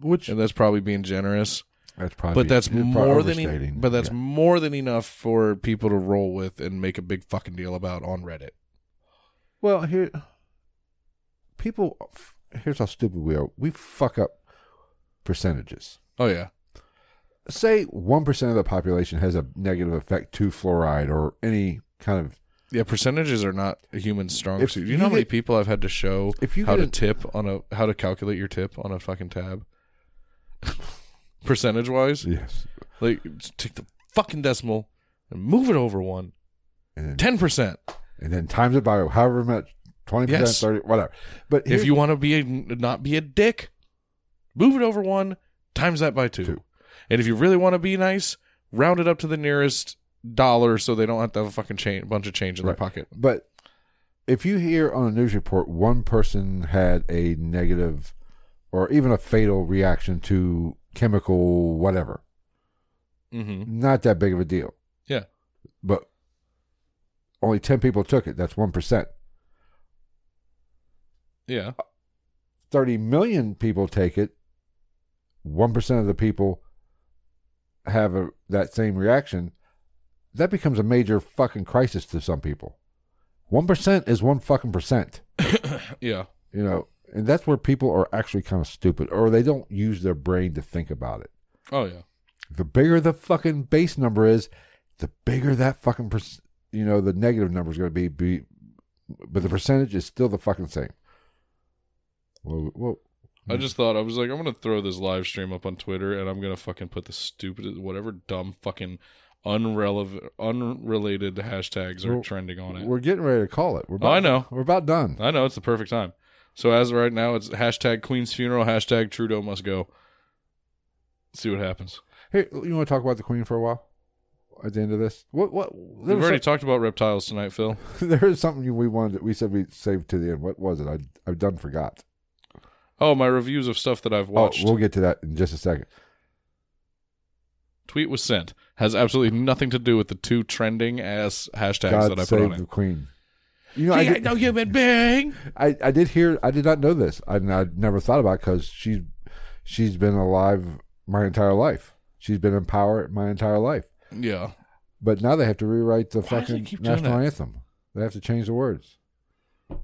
S1: which
S2: and that's probably being generous.
S1: that's probably
S2: But that's
S1: you're probably
S2: more than
S1: overstating.
S2: en- but that's
S1: Yeah.
S2: more than enough for people to roll with and make a big fucking deal about on Reddit.
S1: Well, here, people, here's how stupid we are. We fuck up percentages.
S2: Oh yeah,
S1: Say 1% of the population has a negative effect to fluoride or any kind of.
S2: yeah. Percentages are not a human strong
S1: If
S2: suit. Do you
S1: you
S2: know how many
S1: get-
S2: people I've had to show
S1: if you
S2: how
S1: get
S2: to
S1: an-
S2: tip on a how to calculate your tip on a fucking tab, percentage wise?
S1: Yes.
S2: Like just take the fucking decimal and move it over one.
S1: And then,
S2: Ten percent.
S1: and then times it by however much 20%,
S2: Yes.
S1: 30 whatever. But
S2: If
S1: here's-
S2: you want to be a, not be a dick, move it over one times that by two.
S1: Two.
S2: And if you really want to be nice, round it up to the nearest dollar so they don't have to have a fucking chain, bunch of change in
S1: Right.
S2: their pocket.
S1: But if you hear on a news report one person had a negative or even a fatal reaction to chemical whatever,
S2: hmm
S1: not that big of a deal.
S2: Yeah.
S1: but only 10 people took it. That's 1%.
S2: Yeah.
S1: 30 million people take it. 1% of the people have a, that same reaction. That becomes a major fucking crisis to some people. 1% is one fucking percent,
S2: Yeah.
S1: you know, and that's where people are actually kind of stupid or they don't use their brain to think about it.
S2: Oh, yeah.
S1: The bigger the fucking base number is, the bigger that fucking, per- you know, the negative number is going to be, be. But the percentage is still the fucking same. Well, well Mm-hmm.
S2: I just thought, I was like, I'm going to throw this live stream up on Twitter and I'm going to fucking put the stupid, whatever dumb fucking unrelevant, unrelated hashtags are
S1: Well,
S2: trending on it.
S1: we're getting ready to call it. We're
S2: Oh, I know.
S1: We're about done.
S2: I know it's the perfect time. So as of right now, it's hashtag Queen's funeral, hashtag Trudeau must go. see what happens.
S1: Hey, you want to talk about the Queen for a while? At the end of this, what what there
S2: We've
S1: was,
S2: already talked about reptiles tonight, Phil.
S1: some- there was something we wanted. We said we saved to the end. What was it? I I've done forgot.
S2: Oh, my reviews of stuff that I've watched.
S1: Oh, we'll get to that in just a second.
S2: Tweet was sent. Has absolutely nothing to do with the two trending ass hashtags
S1: God
S2: that I put
S1: save
S2: on
S1: the
S2: it.
S1: Queen. You know, I
S2: She
S1: did,
S2: ain't no human being.
S1: I, I did hear I did not know this I, and I never thought about because she's she's been alive my entire life she's been in power my entire life
S2: Yeah.
S1: but now they have to rewrite the
S2: Why does it
S1: fucking
S2: keep doing
S1: national
S2: that?
S1: anthem they have to change the words
S2: I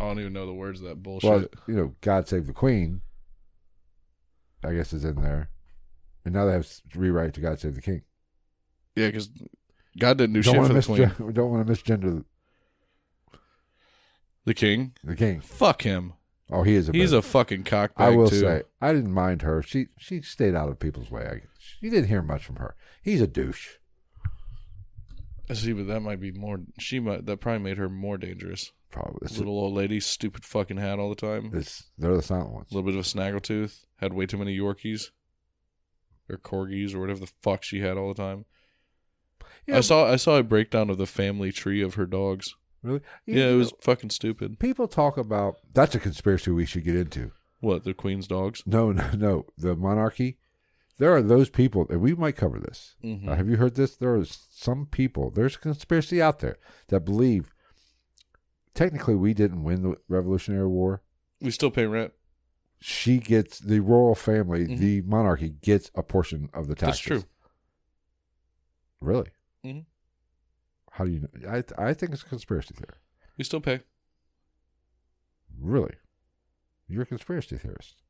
S2: don't even know the words of that bullshit.
S1: well you know God save the Queen I guess is in there and now they have to rewrite to God save the King
S2: yeah, because God didn't do
S1: don't
S2: shit for
S1: want to
S2: the queen.
S1: misgender don't want to misgender
S2: The king?
S1: the King
S2: Fuck him.
S1: oh he is a
S2: He's
S1: bit-
S2: a fucking cockbag,
S1: I will
S2: too.
S1: say I didn't mind her she she stayed out of people's way I, you didn't hear much from her he's a douche.
S2: See, but that might be more. She might. That probably made her more dangerous.
S1: Probably. It's,
S2: Little old lady, stupid fucking hat all the time. A
S1: it's- they're the silent ones.
S2: little bit of a snaggletooth. Had way too many Yorkies, or corgis, or whatever the fuck she had all the time.
S1: Yeah.
S2: I saw. I saw a breakdown of the family tree of her dogs.
S1: Really? You
S2: Yeah, it
S1: know,
S2: was fucking stupid.
S1: People talk about that's a conspiracy we should get into.
S2: What the queen's dogs?
S1: No, no, no. The monarchy. There are those people, and we might cover this.
S2: Mhm.
S1: Uh, have you heard this? There are some people. There's a conspiracy out there that believe technically we didn't win the Revolutionary War.
S2: We still pay rent.
S1: She gets the royal family,
S2: Mhm.
S1: the monarchy gets a portion of the
S2: That's
S1: taxes.
S2: true.
S1: Really?
S2: Mhm.
S1: How do you know? I I think it's a conspiracy theory.
S2: We still pay.
S1: Really? You're a conspiracy theorist.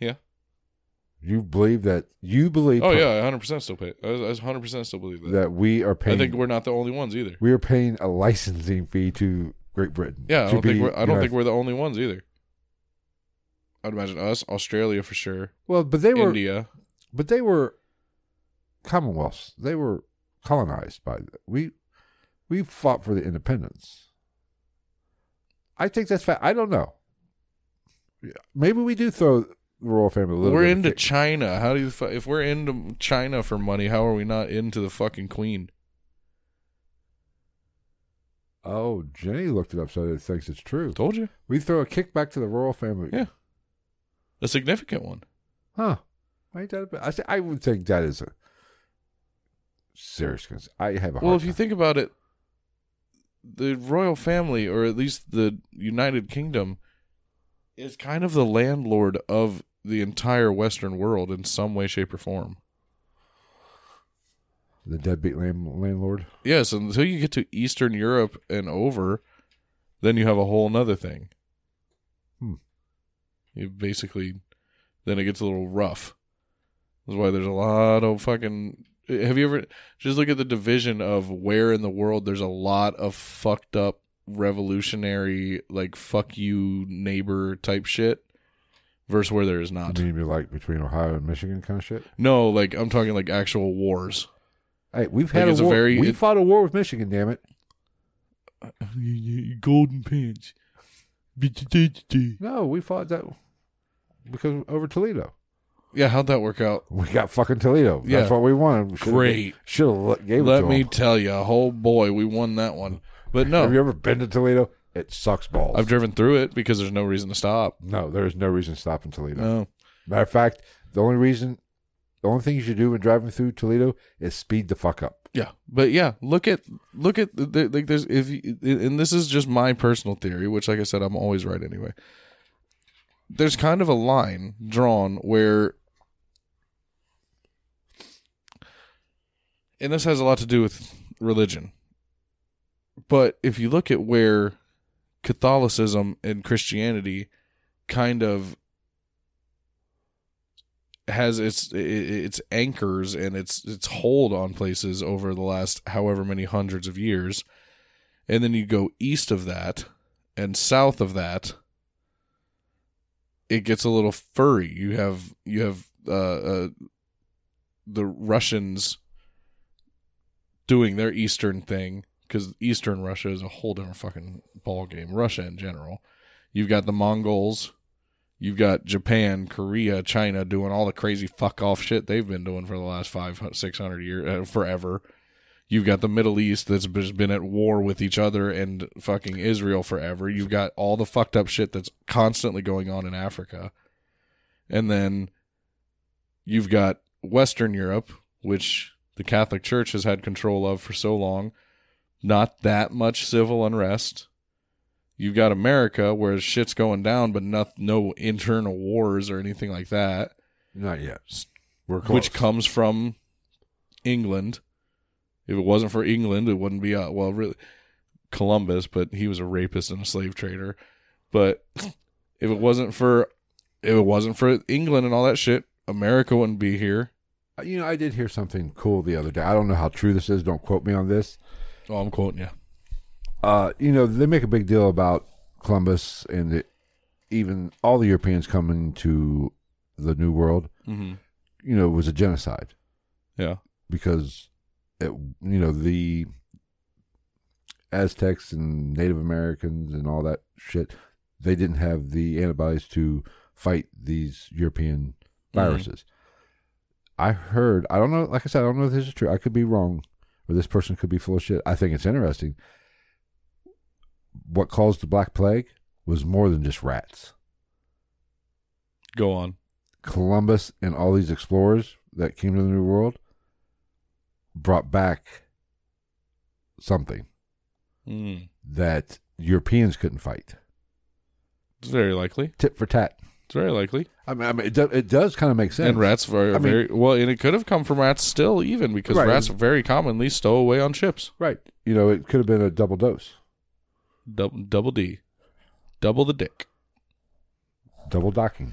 S2: Yeah.
S1: You believe that you believe
S2: Oh yeah, hundred percent still pay. I hundred percent still believe that.
S1: that we are
S2: I
S1: paying
S2: think we're not the only ones either.
S1: we are paying a licensing fee to Great Britain.
S2: Yeah, I
S1: to
S2: don't
S1: be
S2: think we're. I don't
S1: United-
S2: think we're the only ones either. I'd imagine us, Australia for sure,
S1: Well, but they were
S2: India.
S1: but they were commonwealths. They were colonized by we we fought for the independence. I think that's fact. I don't know. Yeah, Maybe we do throw the royal family a little.
S2: We're
S1: bit of
S2: into
S1: kick.
S2: China. How do you fu- if we're into China for money? How are we not into the fucking queen?
S1: oh, Jenny looked it up, so it thinks it's true.
S2: Told you,
S1: We throw a kickback to the royal family.
S2: yeah, a significant one.
S1: Huh. Ain't that a bit- I say, I would think that is a serious cons- I have a
S2: Well,
S1: hard
S2: if you
S1: time.
S2: think about it, the royal family, or at least the United Kingdom, is kind of the landlord of the entire Western world in some way, shape, or form.
S1: the deadbeat land- landlord.
S2: Yes, until you get to Eastern Europe and over, then you have a whole nother thing.
S1: Hmm.
S2: You basically, then it gets a little rough. That's why there's a lot of fucking. Have you ever just look at the division of where in the world there's a lot of fucked up revolutionary like fuck you neighbor type shit versus where there is not.
S1: You mean be like between Ohio and Michigan kind of shit?
S2: No, like I'm talking like actual wars.
S1: Hey, we've
S2: Like,
S1: had
S2: it's
S1: a
S2: a
S1: war.
S2: very-
S1: we
S2: it-
S1: fought a war with Michigan, damn it.
S2: Golden pants.
S1: No, we fought that because over Toledo.
S2: Yeah, how'd that work out?
S1: We got fucking Toledo. That's
S2: Yeah.
S1: what we wanted.
S2: Great.
S1: Should have gave it
S2: Let
S1: to
S2: me
S1: 'em.
S2: tell you, oh boy, we won that one. But
S1: Have you
S2: no,
S1: ever been to Toledo? It sucks balls.
S2: I've driven through it because there's no reason to stop.
S1: no, there is no reason to stop in Toledo.
S2: No,
S1: Matter of fact, the only reason, the only thing you should do when driving through Toledo is speed the fuck up.
S2: yeah, but yeah, look at look at the- the, like there's if you- and this is just my personal theory, which like I said, I'm always right anyway. There's kind of a line drawn where, and this has a lot to do with religion. But if you look at where Catholicism and Christianity kind of has its i- i- its anchors and its its hold on places over the last however many hundreds of years, and then you go east of that and south of that, it gets a little furry. You have you have uh, uh, the Russians doing their Eastern thing because Eastern Russia is a whole different fucking ball game. Russia in general, you've got the Mongols, you've got Japan, Korea, China doing all the crazy fuck off shit they've been doing for the last five six hundred years uh, forever. You've got the Middle East that's just been at war with each other and fucking Israel forever. You've got all the fucked up shit that's constantly going on in Africa. And then you've got Western Europe, which the Catholic Church has had control of for so long. Not that much civil unrest. You've got America where shit's going down, but no, no internal wars or anything like that,
S1: Not yet. We're close.
S2: which comes from England. If it wasn't for England, it wouldn't be uh, well, really Columbus, but he was a rapist and a slave trader. But if it wasn't for if it wasn't for England and all that shit, America wouldn't be here.
S1: Uh, You know, I did hear something cool the other day. I don't know how true this is. Don't quote me on this.
S2: Oh, I'm quoting you.
S1: Uh, you know, they make a big deal about Columbus and the, even all the Europeans coming to the New World.
S2: Mm-hmm.
S1: You know, it was a genocide
S2: Yeah.
S1: because, it, you know, the Aztecs and Native Americans and all that shit, they didn't have the antibodies to fight these European viruses. I heard, I don't know, like I said, I don't know if this is true. I could be wrong, or this person could be full of shit. I think it's interesting. What caused the Black Plague was more than just rats.
S2: Go on.
S1: Columbus and all these explorers that came to the New World brought back something
S2: Mm.
S1: that Europeans couldn't fight.
S2: It's very likely.
S1: Tit for tat.
S2: It's very likely.
S1: I mean, I mean it, do, it does kind of make sense.
S2: And rats are
S1: I mean-
S2: very well, and it could have come from rats still, even because
S1: Right.
S2: rats very commonly stow away on ships.
S1: Right. You know, it could have been a double dose,
S2: Double, double D, double the dick.
S1: double docking.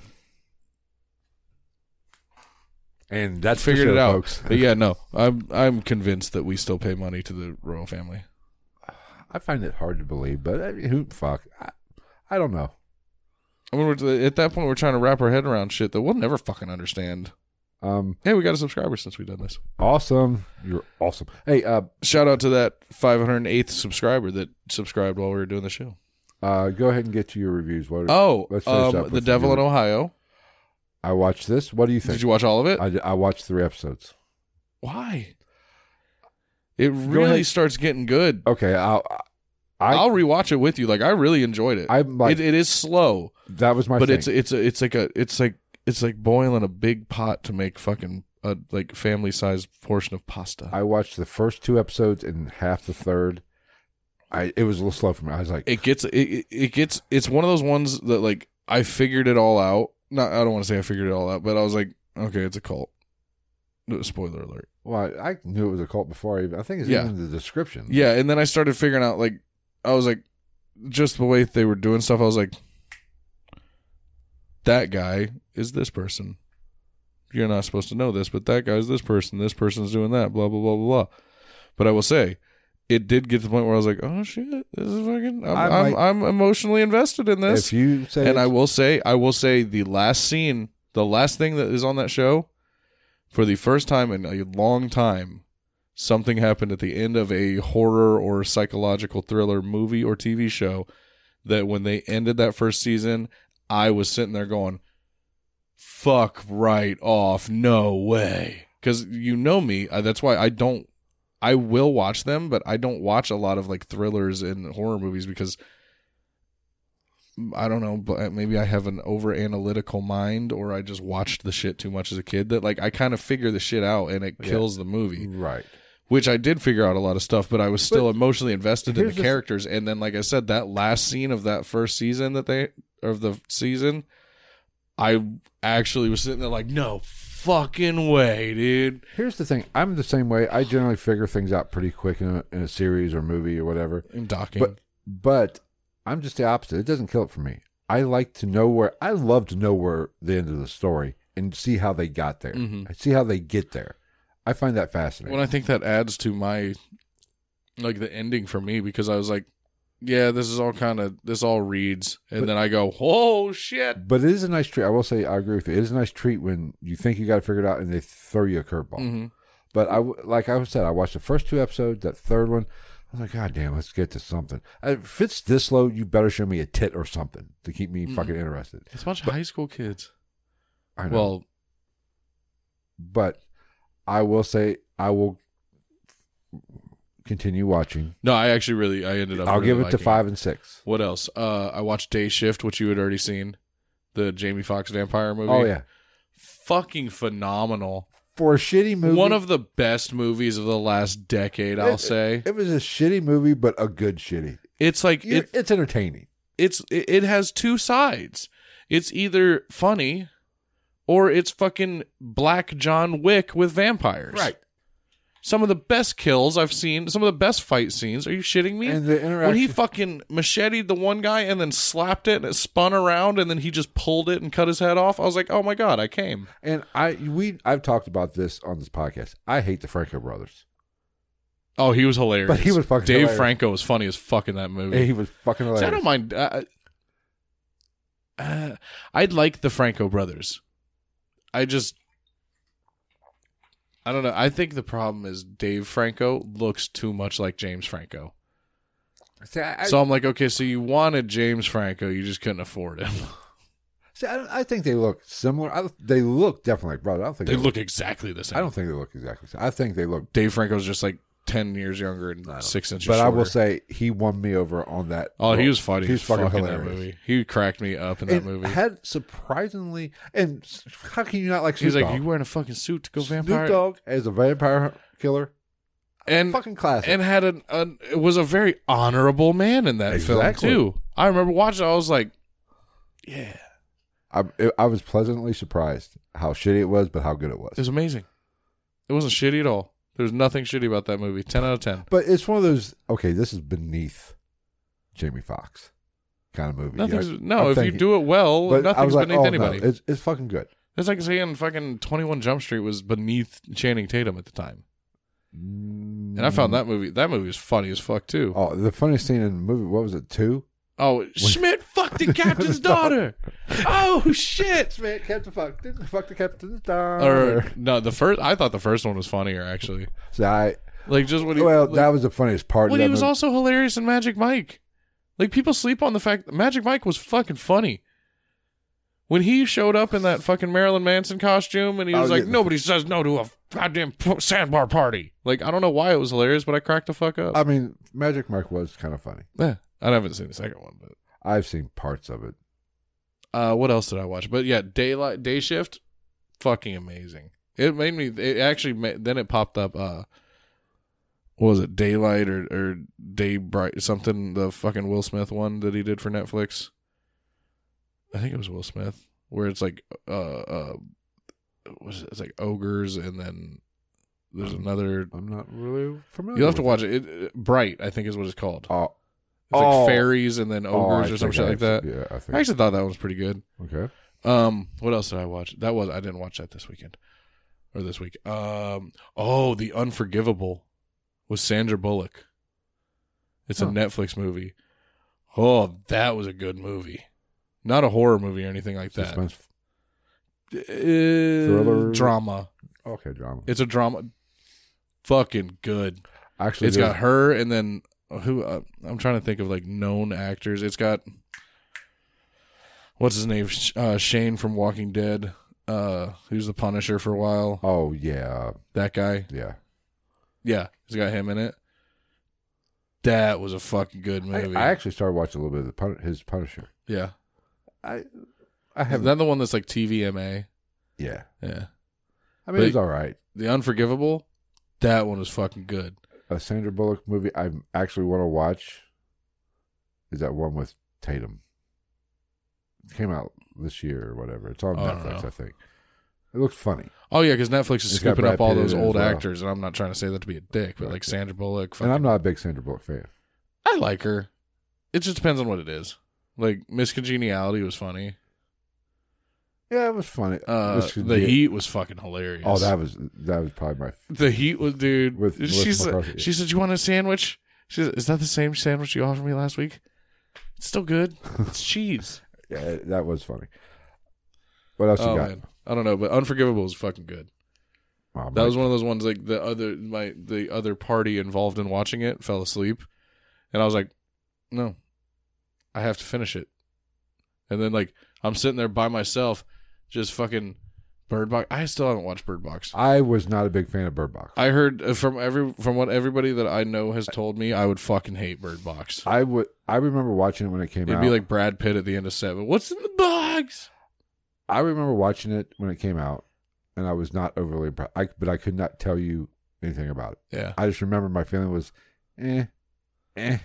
S1: And that's for
S2: Figured
S1: sure,
S2: it out.
S1: folks.
S2: But yeah, no, I'm I'm convinced that we still pay money to the royal family.
S1: I find it hard to believe, but I mean, who fuck? I, I don't know.
S2: I mean, we're, at that point, we're trying to wrap our head around shit that we'll never fucking understand.
S1: Um,
S2: Hey, we got a subscriber since we done this.
S1: awesome. You're awesome. Hey, uh,
S2: Shout out to that 508th subscriber that subscribed while we were doing the show.
S1: uh, go ahead and get to your reviews. What?
S2: Oh,
S1: let's finish up
S2: um,
S1: with
S2: the Devil in
S1: you.
S2: Ohio.
S1: I watched this. What do you think?
S2: Did you watch all of it?
S1: I, I watched three episodes.
S2: Why? It really
S1: ahead.
S2: starts getting good.
S1: Okay, I'll, I,
S2: I'll rewatch it with you. Like I really enjoyed it.
S1: I'm like-
S2: it, it is slow,
S1: that was my.
S2: but
S1: thing.
S2: it's it's a, it's like a it's like it's like boiling a big pot to make fucking a like family sized portion of pasta.
S1: I watched the first two episodes and half the third. I it was a little slow for me. I was like,
S2: it gets it, it- it gets it's one of those ones that like I figured it all out. Not I don't want to say I figured it all out, but I was like, okay, it's a cult. No, Spoiler alert.
S1: well, I, I knew it was a cult before. I, even- I think it's
S2: Yeah.
S1: even in the description.
S2: Yeah, and then I started figuring out like I was like just the way they were doing stuff, I was like that guy is this person. You're not supposed to know this, but that guy's this person, this person's doing that, blah blah blah blah blah. But I will say it did get to the point where I was like, "Oh shit, this is fucking." I'm,
S1: I
S2: I'm,
S1: might-
S2: I'm emotionally invested in this.
S1: If you say,
S2: And I
S1: it's-
S2: will say, I will say the last scene, the last thing that is on that show, for the first time in a long time, something happened at the end of a horror or psychological thriller movie or TV show that when they ended that first season, I was sitting there going, fuck right off. No way. Because you know me. I, that's why I don't. I will watch them, but I don't watch a lot of like thrillers and horror movies because I don't know, but maybe I have an over analytical mind or I just watched the shit too much as a kid that like I kind of figure the shit out and it
S1: Yeah.
S2: kills the movie,
S1: right,
S2: which I did figure out a lot of stuff, but I was still emotionally invested in the
S1: here's the-
S2: characters. And then, like I said, that last scene of that first season that they of the season, I actually was sitting there like, no fucking way, dude.
S1: here's the thing. I'm the same way. I generally figure things out pretty quick in a, in a series or movie or whatever.
S2: And docking.
S1: But but I'm just the opposite. It doesn't kill it for me. I like to know where. I love to know where the end of the story and see how they got there.
S2: Mhm.
S1: I see how they get there. I find that fascinating.
S2: Well, I think that adds to my like the ending for me because I was like, yeah, this is all kind of this all reads, and then I go, oh shit.
S1: But it is a nice treat. I will say, I agree with you. It is a nice treat when you think you got to figure it out and they throw you a curveball.
S2: Mhm.
S1: But I, w- like I said, I watched the first two episodes. That third one, I was like, God damn, let's get to something. If it's this slow, you better show me a tit or something to keep me fucking interested.
S2: It's a bunch of high school kids.
S1: I know.
S2: Well,
S1: but I will say, I will continue watching.
S2: no, I actually really I ended up.
S1: I'll
S2: really
S1: give it to
S2: liking
S1: five and six.
S2: What else? Uh, I watched Day Shift, which you had already seen, the Jamie Foxx vampire movie.
S1: Oh yeah,
S2: fucking phenomenal.
S1: for a shitty movie,
S2: One of the best movies of the last decade, I'll
S1: it-
S2: say.
S1: it was a shitty movie, but a good shitty.
S2: It's like
S1: You're-
S2: it,
S1: it's entertaining.
S2: it's it, it has two sides. It's either funny or it's fucking black John Wick with vampires. Some of the best kills I've seen, some of the best fight scenes. Are you shitting me?
S1: And the
S2: when he
S1: interaction-
S2: fucking macheted the one guy and then slapped it and it spun around and then he just pulled it and cut his head off. I was like, "Oh my god, I came."
S1: And I we I've talked about this on this podcast. I hate the Franco brothers.
S2: Oh, he was hilarious.
S1: But he was fucking
S2: Dave
S1: hilarious.
S2: Franco was funny as fuck in that movie.
S1: And he was fucking
S2: See, I
S1: hilarious.
S2: don't mind. Uh, uh, I'd like the Franco brothers. I just, I don't know. I think the problem is Dave Franco looks too much like James Franco.
S1: See, I, I-
S2: so I'm like, okay, so you wanted James Franco, you just couldn't afford him.
S1: see, I, don't- I think they look similar. I, they look definitely like brothers. I don't think
S2: they look exactly the same.
S1: I don't think they look exactly. Same. I think they look.
S2: Dave Franco's just like ten years younger and six inches.
S1: But I will
S2: shorter.
S1: say he won me over on that.
S2: oh, he
S1: role.
S2: was fighting.
S1: He was fucking, hilarious.
S2: in that movie. He cracked me up in that
S1: And
S2: movie.
S1: had surprisingly, and s- how can you not like Snoop
S2: He's like,
S1: Dogg?
S2: you wearing a fucking suit to go vampire?
S1: Snoop Dogg as a vampire killer,
S2: and
S1: fucking classic.
S2: and had an, an it was a very honorable man in that
S1: Exactly.
S2: film too. I remember watching. it, I was like, yeah,
S1: I, I was pleasantly surprised how shitty it was, but how good it was.
S2: it was amazing. It wasn't shitty at all. There's nothing shitty about that movie. Ten out of ten.
S1: But it's one of those okay, this is beneath Jamie Fox kind of movie.
S2: Nothing's
S1: Yeah,
S2: no.
S1: I'm
S2: if you
S1: thinking-
S2: do it well,
S1: but I
S2: nothing's
S1: was like,
S2: beneath
S1: oh,
S2: anybody.
S1: No, it's, it's fucking good.
S2: That's like saying fucking Twenty One Jump Street was beneath Channing Tatum at the time. And I found that
S1: Mm-hmm.
S2: movie. That movie was funny as fuck too.
S1: Oh, the funniest scene in the movie, Oh. what was it, two?
S2: Oh, Schmidt fucking fucked the captain's daughter. Oh shit!
S1: Man, Captain Fuck didn't fuck the captain's daughter.
S2: Or no, the first I thought the first one was funnier actually.
S1: So I,
S2: Like just when he
S1: well,
S2: like,
S1: that was the funniest part.
S2: when
S1: of
S2: he
S1: that
S2: was
S1: movie.
S2: also hilarious in Magic Mike. Like people sleep on the fact that Magic Mike was fucking funny. When he showed up in that fucking Marilyn Manson costume and he
S1: Oh,
S2: was like,
S1: yeah.
S2: nobody says no to a goddamn p- sandbar party. Like I don't know why it was hilarious, but I cracked the fuck up.
S1: I mean, Magic Mike was kind of funny.
S2: yeah, I haven't seen the second one, but
S1: I've seen parts of it.
S2: uh, what else did I watch? But yeah, daylight day shift, fucking amazing. It made me. It actually ma- then it popped up. Uh, what was it daylight or or day bright something? The fucking Will Smith one that he did for Netflix. I think it was Will Smith, where it's like uh uh, what is it? it's like ogres and then there's
S1: Um,
S2: another.
S1: I'm not really familiar.
S2: You'll have to
S1: with
S2: watch it. it. Bright, I think, is what it's called.
S1: it. Oh,
S2: It's
S1: oh.
S2: like fairies and then
S1: oh,
S2: ogres
S1: I
S2: or some
S1: think
S2: shit
S1: I-
S2: like that.
S1: Yeah, I think.
S2: I actually thought that one was pretty good.
S1: okay.
S2: Um, what else did I watch? That was I didn't watch that this weekend or this week. Um, oh, The Unforgivable with Sandra Bullock. It's
S1: Huh.
S2: a Netflix movie. Oh, that was a good movie. Not a horror movie or anything like that.
S1: Suspense.
S2: Uh,
S1: Thriller?
S2: drama.
S1: Okay, drama.
S2: It's a drama. Fucking good.
S1: actually,
S2: It's
S1: there's-
S2: got her and then who uh, I'm trying to think of like known actors. It's got what's his name Sh- uh, Shane from Walking Dead, uh, who's the Punisher for a while.
S1: Oh yeah,
S2: That guy,
S1: yeah.
S2: yeah, he's got him in it. That was a fucking good
S1: I,
S2: movie.
S1: I actually started watching a little bit of the pun- his Punisher.
S2: yeah,
S1: I I
S2: is
S1: haven't.
S2: that the one that's like TVMA?
S1: yeah,
S2: Yeah,
S1: I mean it
S2: But-
S1: was all right.
S2: The Unforgivable. That one was fucking good.
S1: A Sandra Bullock movie I actually want to watch is that one with Tatum. It came out this year or whatever. It's on
S2: Oh, I don't
S1: Netflix,
S2: know.
S1: I think. It looks funny,
S2: Oh yeah, because Netflix is
S1: It's got
S2: scooping
S1: Brad
S2: up all
S1: Pitt in
S2: those
S1: it as
S2: old
S1: well.
S2: actors, and I'm not trying to say that to be a dick, but
S1: Brad
S2: like
S1: Pitt.
S2: Sandra Bullock.
S1: and
S2: fucking-
S1: I'm not a big Sandra Bullock fan.
S2: I like her. It just depends on what it is. Like Miss Congeniality was funny.
S1: Yeah, it was funny.
S2: Uh,
S1: This could
S2: the
S1: be-
S2: Heat was fucking hilarious.
S1: Oh, that was that was probably my.
S2: the Heat was dude.
S1: With Melissa
S2: she said,
S1: McCarthy.
S2: she said, "You want a sandwich?" She said, "Is that the same sandwich you offered me last week?" It's still good. It's cheese.
S1: Yeah, that was funny. What else
S2: oh
S1: you got?
S2: man, I don't know, but Unforgivable was fucking good.
S1: Oh,
S2: That
S1: my-
S2: was one of those ones like the other my the other party involved in watching it fell asleep, and I was like, no, I have to finish it. And then like I'm sitting there by myself, just fucking Bird Box. I still haven't watched Bird Box.
S1: I was not a big fan of Bird Box.
S2: I heard uh, from every from what everybody that I know has told me, I would fucking hate Bird Box.
S1: I would. I remember watching it when it came
S2: It'd
S1: out.
S2: be like Brad Pitt at the end of Seven. What's in the box?
S1: I remember watching it when it came out, and I was not overly impressed. I, but I could not tell you anything about it.
S2: Yeah,
S1: I just remember my feeling was, eh, eh.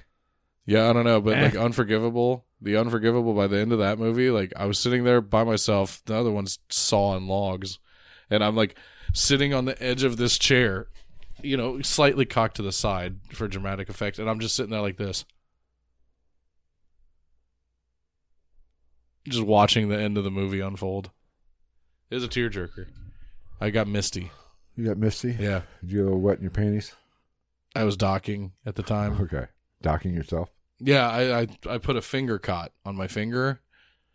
S2: yeah. I don't know, but like Unforgivable, the Unforgivable. By the end of that movie, like I was sitting there by myself. The other one's sawing logs, and I'm like sitting on the edge of this chair, you know, slightly cocked to the side for dramatic effect, and I'm just sitting there like this. Just watching the end of the movie unfold. It was a tearjerker. I got misty.
S1: You got misty.
S2: Yeah.
S1: Did you get a little wet in your panties?
S2: I was docking at the time.
S1: Okay. Docking yourself.
S2: Yeah, I, I I put a finger cot on my finger.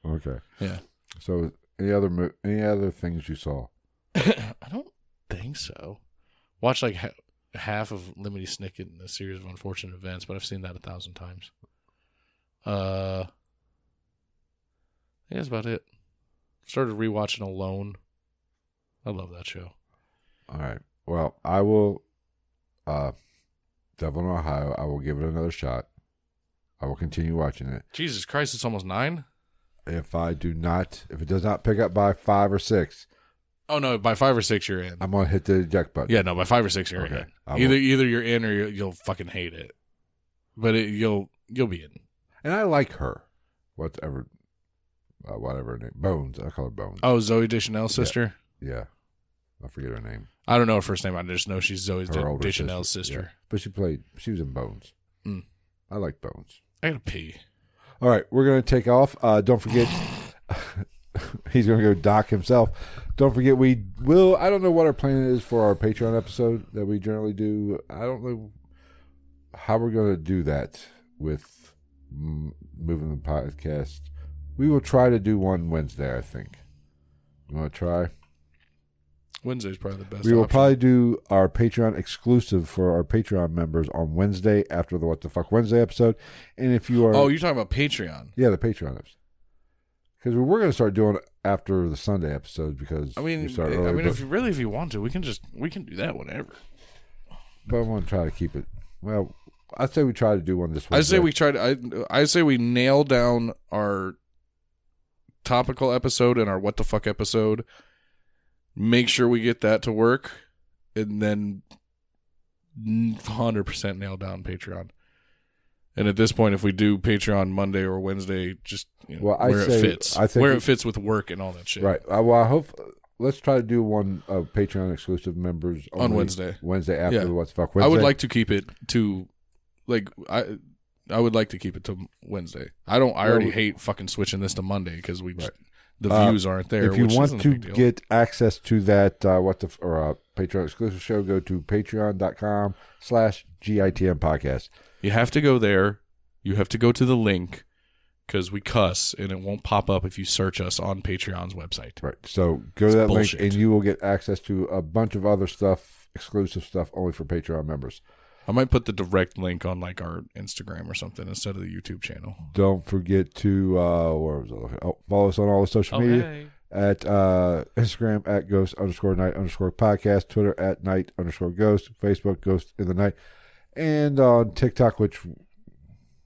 S1: Okay.
S2: Yeah.
S1: So any other mo- any other things you saw?
S2: I don't think so. Watch like ha- half of Lemony Snicket in the series of unfortunate events, but I've seen that a thousand times. Uh, yeah, that's about it. Started rewatching Alone. I love that show.
S1: All right. Well, I will. Uh, Devil in Ohio. I will give it another shot. I will continue watching it.
S2: Jesus Christ, it's almost nine.
S1: If I do not, if it does not pick up by five or six,
S2: Oh no, by five or six you're in.
S1: I'm gonna hit the eject button.
S2: Yeah, no, by five or six you're
S1: Okay,
S2: in.
S1: I
S2: Either
S1: will.
S2: either you're in or you you'll fucking hate it. But it, you'll you'll be in.
S1: and I like her. Whatever, uh, whatever her name, Bones. I call her Bones.
S2: Oh, Zoe Deschanel's sister.
S1: Yeah, I forget her name.
S2: I don't know her first name. I just know she's Zoe
S1: Her
S2: De-
S1: older
S2: Deschanel's
S1: sister.
S2: sister.
S1: Yeah. But she played. She was in Bones.
S2: Mm.
S1: I like Bones.
S2: I gotta pee.
S1: All right, we're gonna take off. Uh, don't forget, he's gonna go dock himself. Don't forget, we will. I don't know what our plan is for our Patreon episode that we generally do. I don't know how we're gonna do that with mm, moving the podcast We will try to do one Wednesday, I think. You want to try?
S2: Wednesday's probably the best.
S1: we will
S2: option.
S1: probably do our Patreon exclusive for our Patreon members on Wednesday after the What the Fuck Wednesday episode. And if you are.
S2: Oh, you're talking about Patreon.
S1: Yeah, the Patreon episode. Because we were going to start doing it after the Sunday episode because
S2: I mean,
S1: we start
S2: I
S1: early,
S2: mean,
S1: but,
S2: if you really, if you want to, we can just we can do that whenever.
S1: but I want to try to keep it. Well, I'd say we try to do one this
S2: I
S1: Wednesday.
S2: say we try to. I I say we nail down our topical episode and our what the fuck episode. Make sure we get that to work, and then hundred percent nail down Patreon. And at this point, if we do Patreon Monday or Wednesday, just you know,
S1: Well, I
S2: where
S1: say-
S2: it fits,
S1: I think
S2: where
S1: we-
S2: it fits with work and all that shit.
S1: Right. Uh, well, I hope. Let's try to do one of Patreon exclusive members
S2: On
S1: only
S2: Wednesday.
S1: Wednesday after
S2: Yeah.
S1: the What the Fuck Wednesday.
S2: I would like to keep it to, like I, I would like to keep it to Wednesday. I don't. I
S1: Well,
S2: already
S1: we-
S2: hate fucking switching this to Monday because we just, the
S1: Uh,
S2: views aren't there.
S1: If you
S2: which
S1: want
S2: isn't a
S1: to
S2: big deal.
S1: get access to that uh, What the F- or uh, Patreon exclusive show, go to patreon.com slash GITM podcast.
S2: you have to go there. You have to go to the link because we cuss and it won't pop up if you search us on Patreon's website.
S1: Right. So go
S2: It's
S1: to that
S2: bullshit.
S1: link and you will get access to a bunch of other stuff, exclusive stuff only for Patreon members.
S2: I might put the direct link on like our Instagram or something instead of the YouTube channel.
S1: Don't forget to uh, where was I looking? Oh, follow us on all the social
S2: Oh,
S1: media at uh, Instagram at ghost underscore night underscore podcast, Twitter at night underscore ghost, Facebook ghost in the night, and on TikTok, which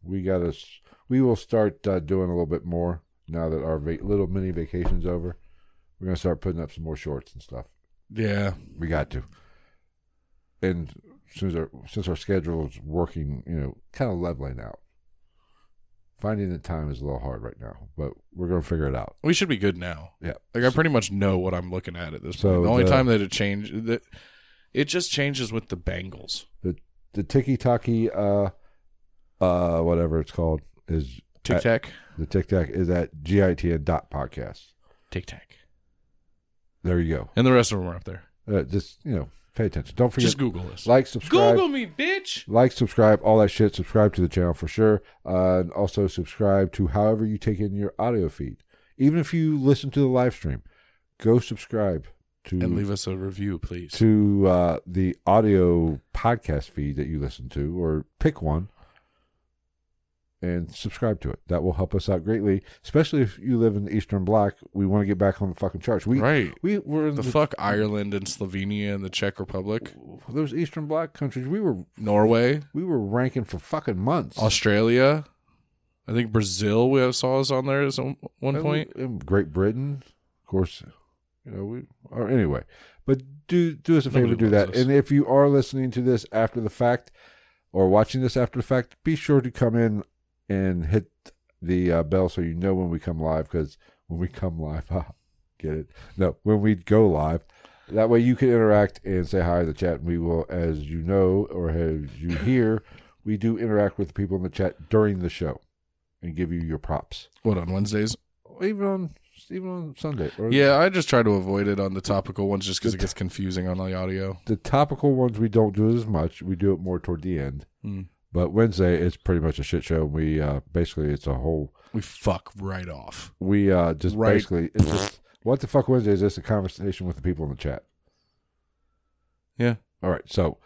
S1: we got us. We will start uh, doing a little bit more now that our va- little mini vacation's over. We're gonna start putting up some more shorts and stuff.
S2: Yeah,
S1: We got to. And since our since our schedule is working, you know, kind of leveling out. Finding the time is a little hard right now, but we're gonna figure it out.
S2: we should be good now.
S1: Yeah.
S2: Like I pretty much know what I'm looking at at this
S1: So
S2: point. The only
S1: the-
S2: time that it changed that it just changes with the Bengals.
S1: The the tiki taki uh uh whatever it's called is
S2: Tic
S1: at-
S2: tac,
S1: the tic tac is at GITN dot podcast.
S2: tic tac,
S1: There you
S2: and the rest of them are up there.
S1: go. Uh, just you know, pay attention. Don't forget
S2: Just Google this.
S1: like, subscribe,
S2: Google me, bitch.
S1: like, subscribe, all that shit. Subscribe to the channel for sure. Uh, and also subscribe to however you take in your audio feed. Even if you listen to the live stream, go subscribe to
S2: And leave us a review, please.
S1: to uh, the audio podcast feed that you listen to, or pick one and subscribe to it. That will help us out greatly, especially if you live in the Eastern Bloc. We want to get back on the fucking charts. We
S2: right.
S1: we were in
S2: The
S1: the,
S2: fuck Ireland and Slovenia and the Czech Republic,
S1: those Eastern Bloc countries. We were
S2: Norway,
S1: we were ranking for fucking months.
S2: Australia. I think Brazil. We have saw us on there at some one
S1: And
S2: point.
S1: we- and Great Britain, of course. You know, we or anyway, but do do us a favor,
S2: Nobody
S1: do
S2: wants
S1: that.
S2: us.
S1: And if you are listening to this after the fact or watching this after the fact, be sure to come in and hit the uh, bell so you know when we come live. Because when we come live, get it? No, when we go live. That way you can interact and say hi to the chat. And we will, as you know or as you hear, we do interact with the people in the chat during the show and give you your props
S2: What on Wednesdays?
S1: even on even on Sunday. Or
S2: Yeah, I just try to avoid it on the topical ones just because it gets confusing on the audio.
S1: the topical ones we don't do as much. We do it more toward the end.
S2: Mm.
S1: But Wednesday it's pretty much a shit show. We uh, basically it's a whole
S2: We fuck right off.
S1: we uh, just
S2: Right.
S1: basically it's just, what the fuck Wednesday is this a conversation with the people in the chat.
S2: Yeah.
S1: All right, so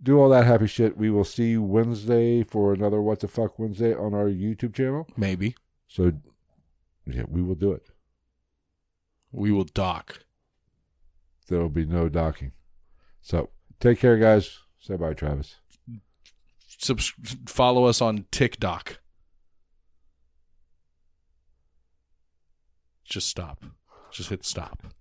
S1: do all that happy shit. We will see you Wednesday for another what the fuck Wednesday on our YouTube channel.
S2: Maybe.
S1: So yeah, we will do it.
S2: We will dock.
S1: There will be no docking. So take care, guys. Say bye, Travis.
S2: Subs- follow us on TikTok. Just stop. Just hit stop.